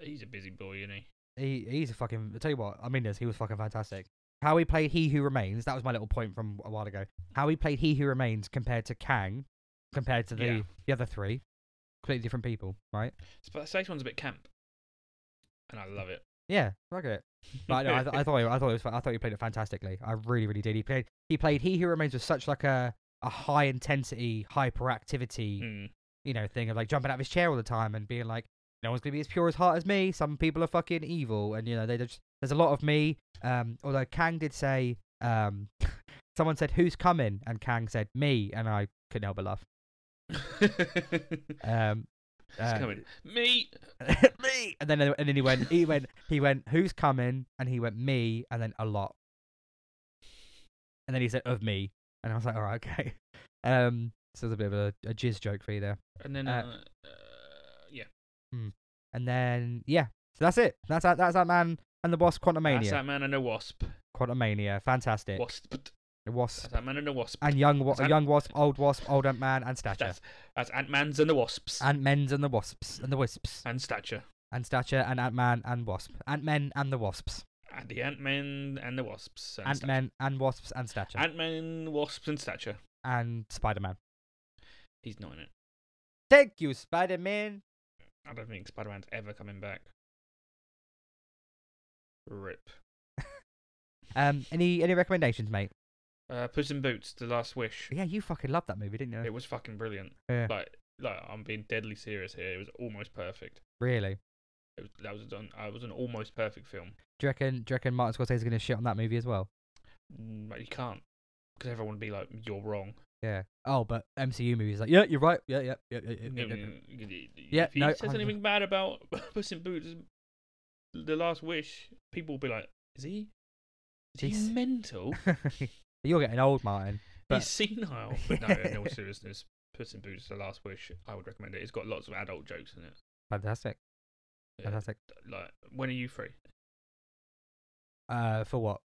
He's a busy boy, isn't he? He he's a fucking. I tell you what. I mean this. He was fucking fantastic. How he played He Who Remains. That was my little point from a while ago. How he played He Who Remains compared to Kang, compared to the Yeah. the other three, completely different people, right? S- But the second one's a bit camp. And I love it. Yeah, fuck it. But no, I, th- I thought I thought it was. fa- I thought he played it fantastically. I really, really did. He played. He played. He who remains with such like a a high intensity, hyperactivity, Mm. you know, thing of like jumping out of his chair all the time and being like, no one's gonna be as pure as heart as me. Some people are fucking evil, and you know, they just there's a lot of me. Um, although Kang did say, um, someone said who's coming, and Kang said me, and I couldn't help but laugh. Um, He's uh, coming. Me. me. And then and then he went he went he went who's coming and he went me and then a lot. And then he said of me and I was like all right okay. Um so there's a bit of a, a jizz joke for you there. And then, uh, uh, uh, yeah. And then yeah. So that's it. That's that that's that man and the boss Quantumania. That's that man and a wasp. Quantumania. Fantastic. Wasp. The Wasp That's Ant Man and the Wasp. and young wa- That's Ant- young Wasp, old Wasp, old Ant Man, and Ah, Stature. Ah, that's that's Ant Man's and the Wasps Ant Men's and the Wasps and the Wisps and Stature and Stature and Ant Man and Wasp. Ant Men and the Wasps. and the Ant Man and the Wasps and Ant Stature. Men and Wasps and Stature Ant Man, Wasps, and Stature. and Spider Man. He's not in it. Thank you, Spider Man. I don't think Spider Man's ever coming back. Rip. Um, any any recommendations, mate? Uh, Puss in Boots, The Last Wish. Yeah, you fucking loved that movie, didn't you? It was fucking brilliant. Yeah. Like, like I'm being deadly serious here. It was almost perfect. Really? It was, that was an, I was an almost perfect film. Do you reckon? Do you reckon Martin Scorsese's gonna shit on that movie as well? Mm, But you can't, because everyone would be like, "You're wrong." Yeah. Oh, but MCU movies like yeah, you're right. Yeah, yeah, yeah, yeah. yeah, yeah, yeah, yeah. If Yeah, he no, says 100%. anything bad about Puss in Boots, The Last Wish, people will be like, "Is he? Is He's- he mental?" You're getting old, Martin. but- He's senile. But no, in all seriousness, Puss in Boots: The Last Wish. I would recommend it. It's got lots of adult jokes in it. Fantastic. Yeah, Fantastic. Like, when are you free? Uh, for what?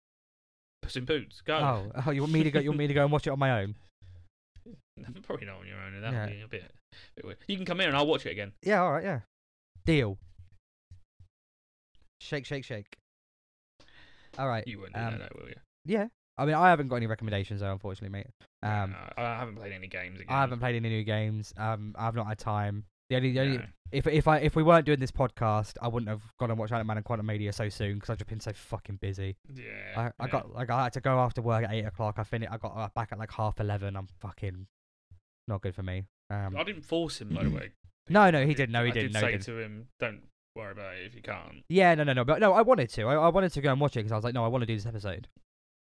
Puss in Boots. Go. Oh, oh, you want me to go? You want me to go and watch it on my own? Probably not on your own. That Yeah. would be a bit, bit weird. You can come here and I'll watch it again. Yeah. All right. Yeah. Deal. Shake, shake, shake. All right. You wouldn't do um, that, though, will you? Yeah. I mean, I haven't got any recommendations though, unfortunately, mate. Um, No, I haven't played any games again. I haven't played any new games. Um, I've not had time. The only, the only No. if if I if we weren't doing this podcast, I wouldn't have gone and watched Ant Man and Quantum Media so soon because I've just been so fucking busy. Yeah. I, I yeah. got like I had to go after work at eight o'clock. I finished. I got uh, back at like half eleven. I'm fucking not good for me. Um, I didn't force him, by the way. no, no, he didn't. No, he I did didn't. No, say he didn't. to him, "Don't worry about it if you can't." Yeah, no, no, no. But no, I wanted to. I, I wanted to go and watch it because I was like, no, I want to do this episode.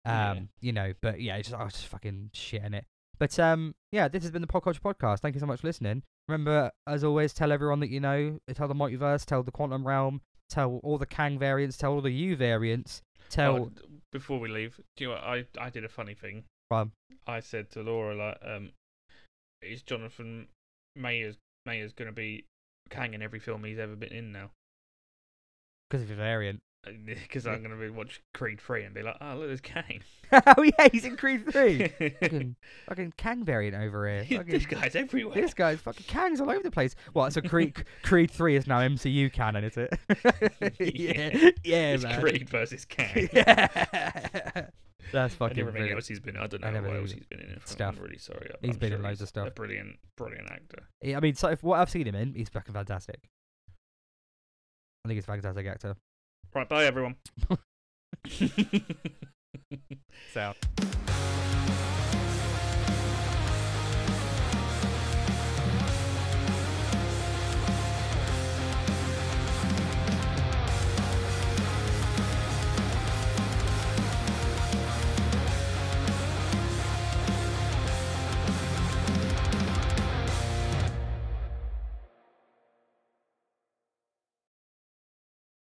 Um, Yeah. you know, but yeah, it's just, I was just fucking shitting it. But um, yeah, this has been the Pop Culture Podcast. Thank you so much for listening. Remember, as always, tell everyone that you know. Tell the multiverse. Tell the quantum realm. Tell all the Kang variants. Tell all the U variants. Tell Oh, d- before we leave, do you know what? I I did a funny thing. um, I said to Laura, like, um, is Jonathan Mayer's Mayer's gonna be Kang in every film he's ever been in now? because of your variant. Because I'm gonna be watch Creed three and be like, oh look, there's Kang. oh yeah, he's in Creed three. fucking, fucking Kang variant over here. Fucking- this guy's everywhere. This guy's fucking Kang's all over the place. What? So Creed Creed Three is now MCU canon, is it? yeah, yeah, it's man. Creed versus Kang. Yeah. That's And fucking everything brilliant. else he's been, I don't know And what everything else he- he's been in. It stuff. I'm really sorry. I- He's I'm been in sure loads he's of stuff. A brilliant, brilliant actor. Yeah, I mean, so if what I've seen him in, he's fucking fantastic. I think he's a fantastic actor. Right, bye everyone. So.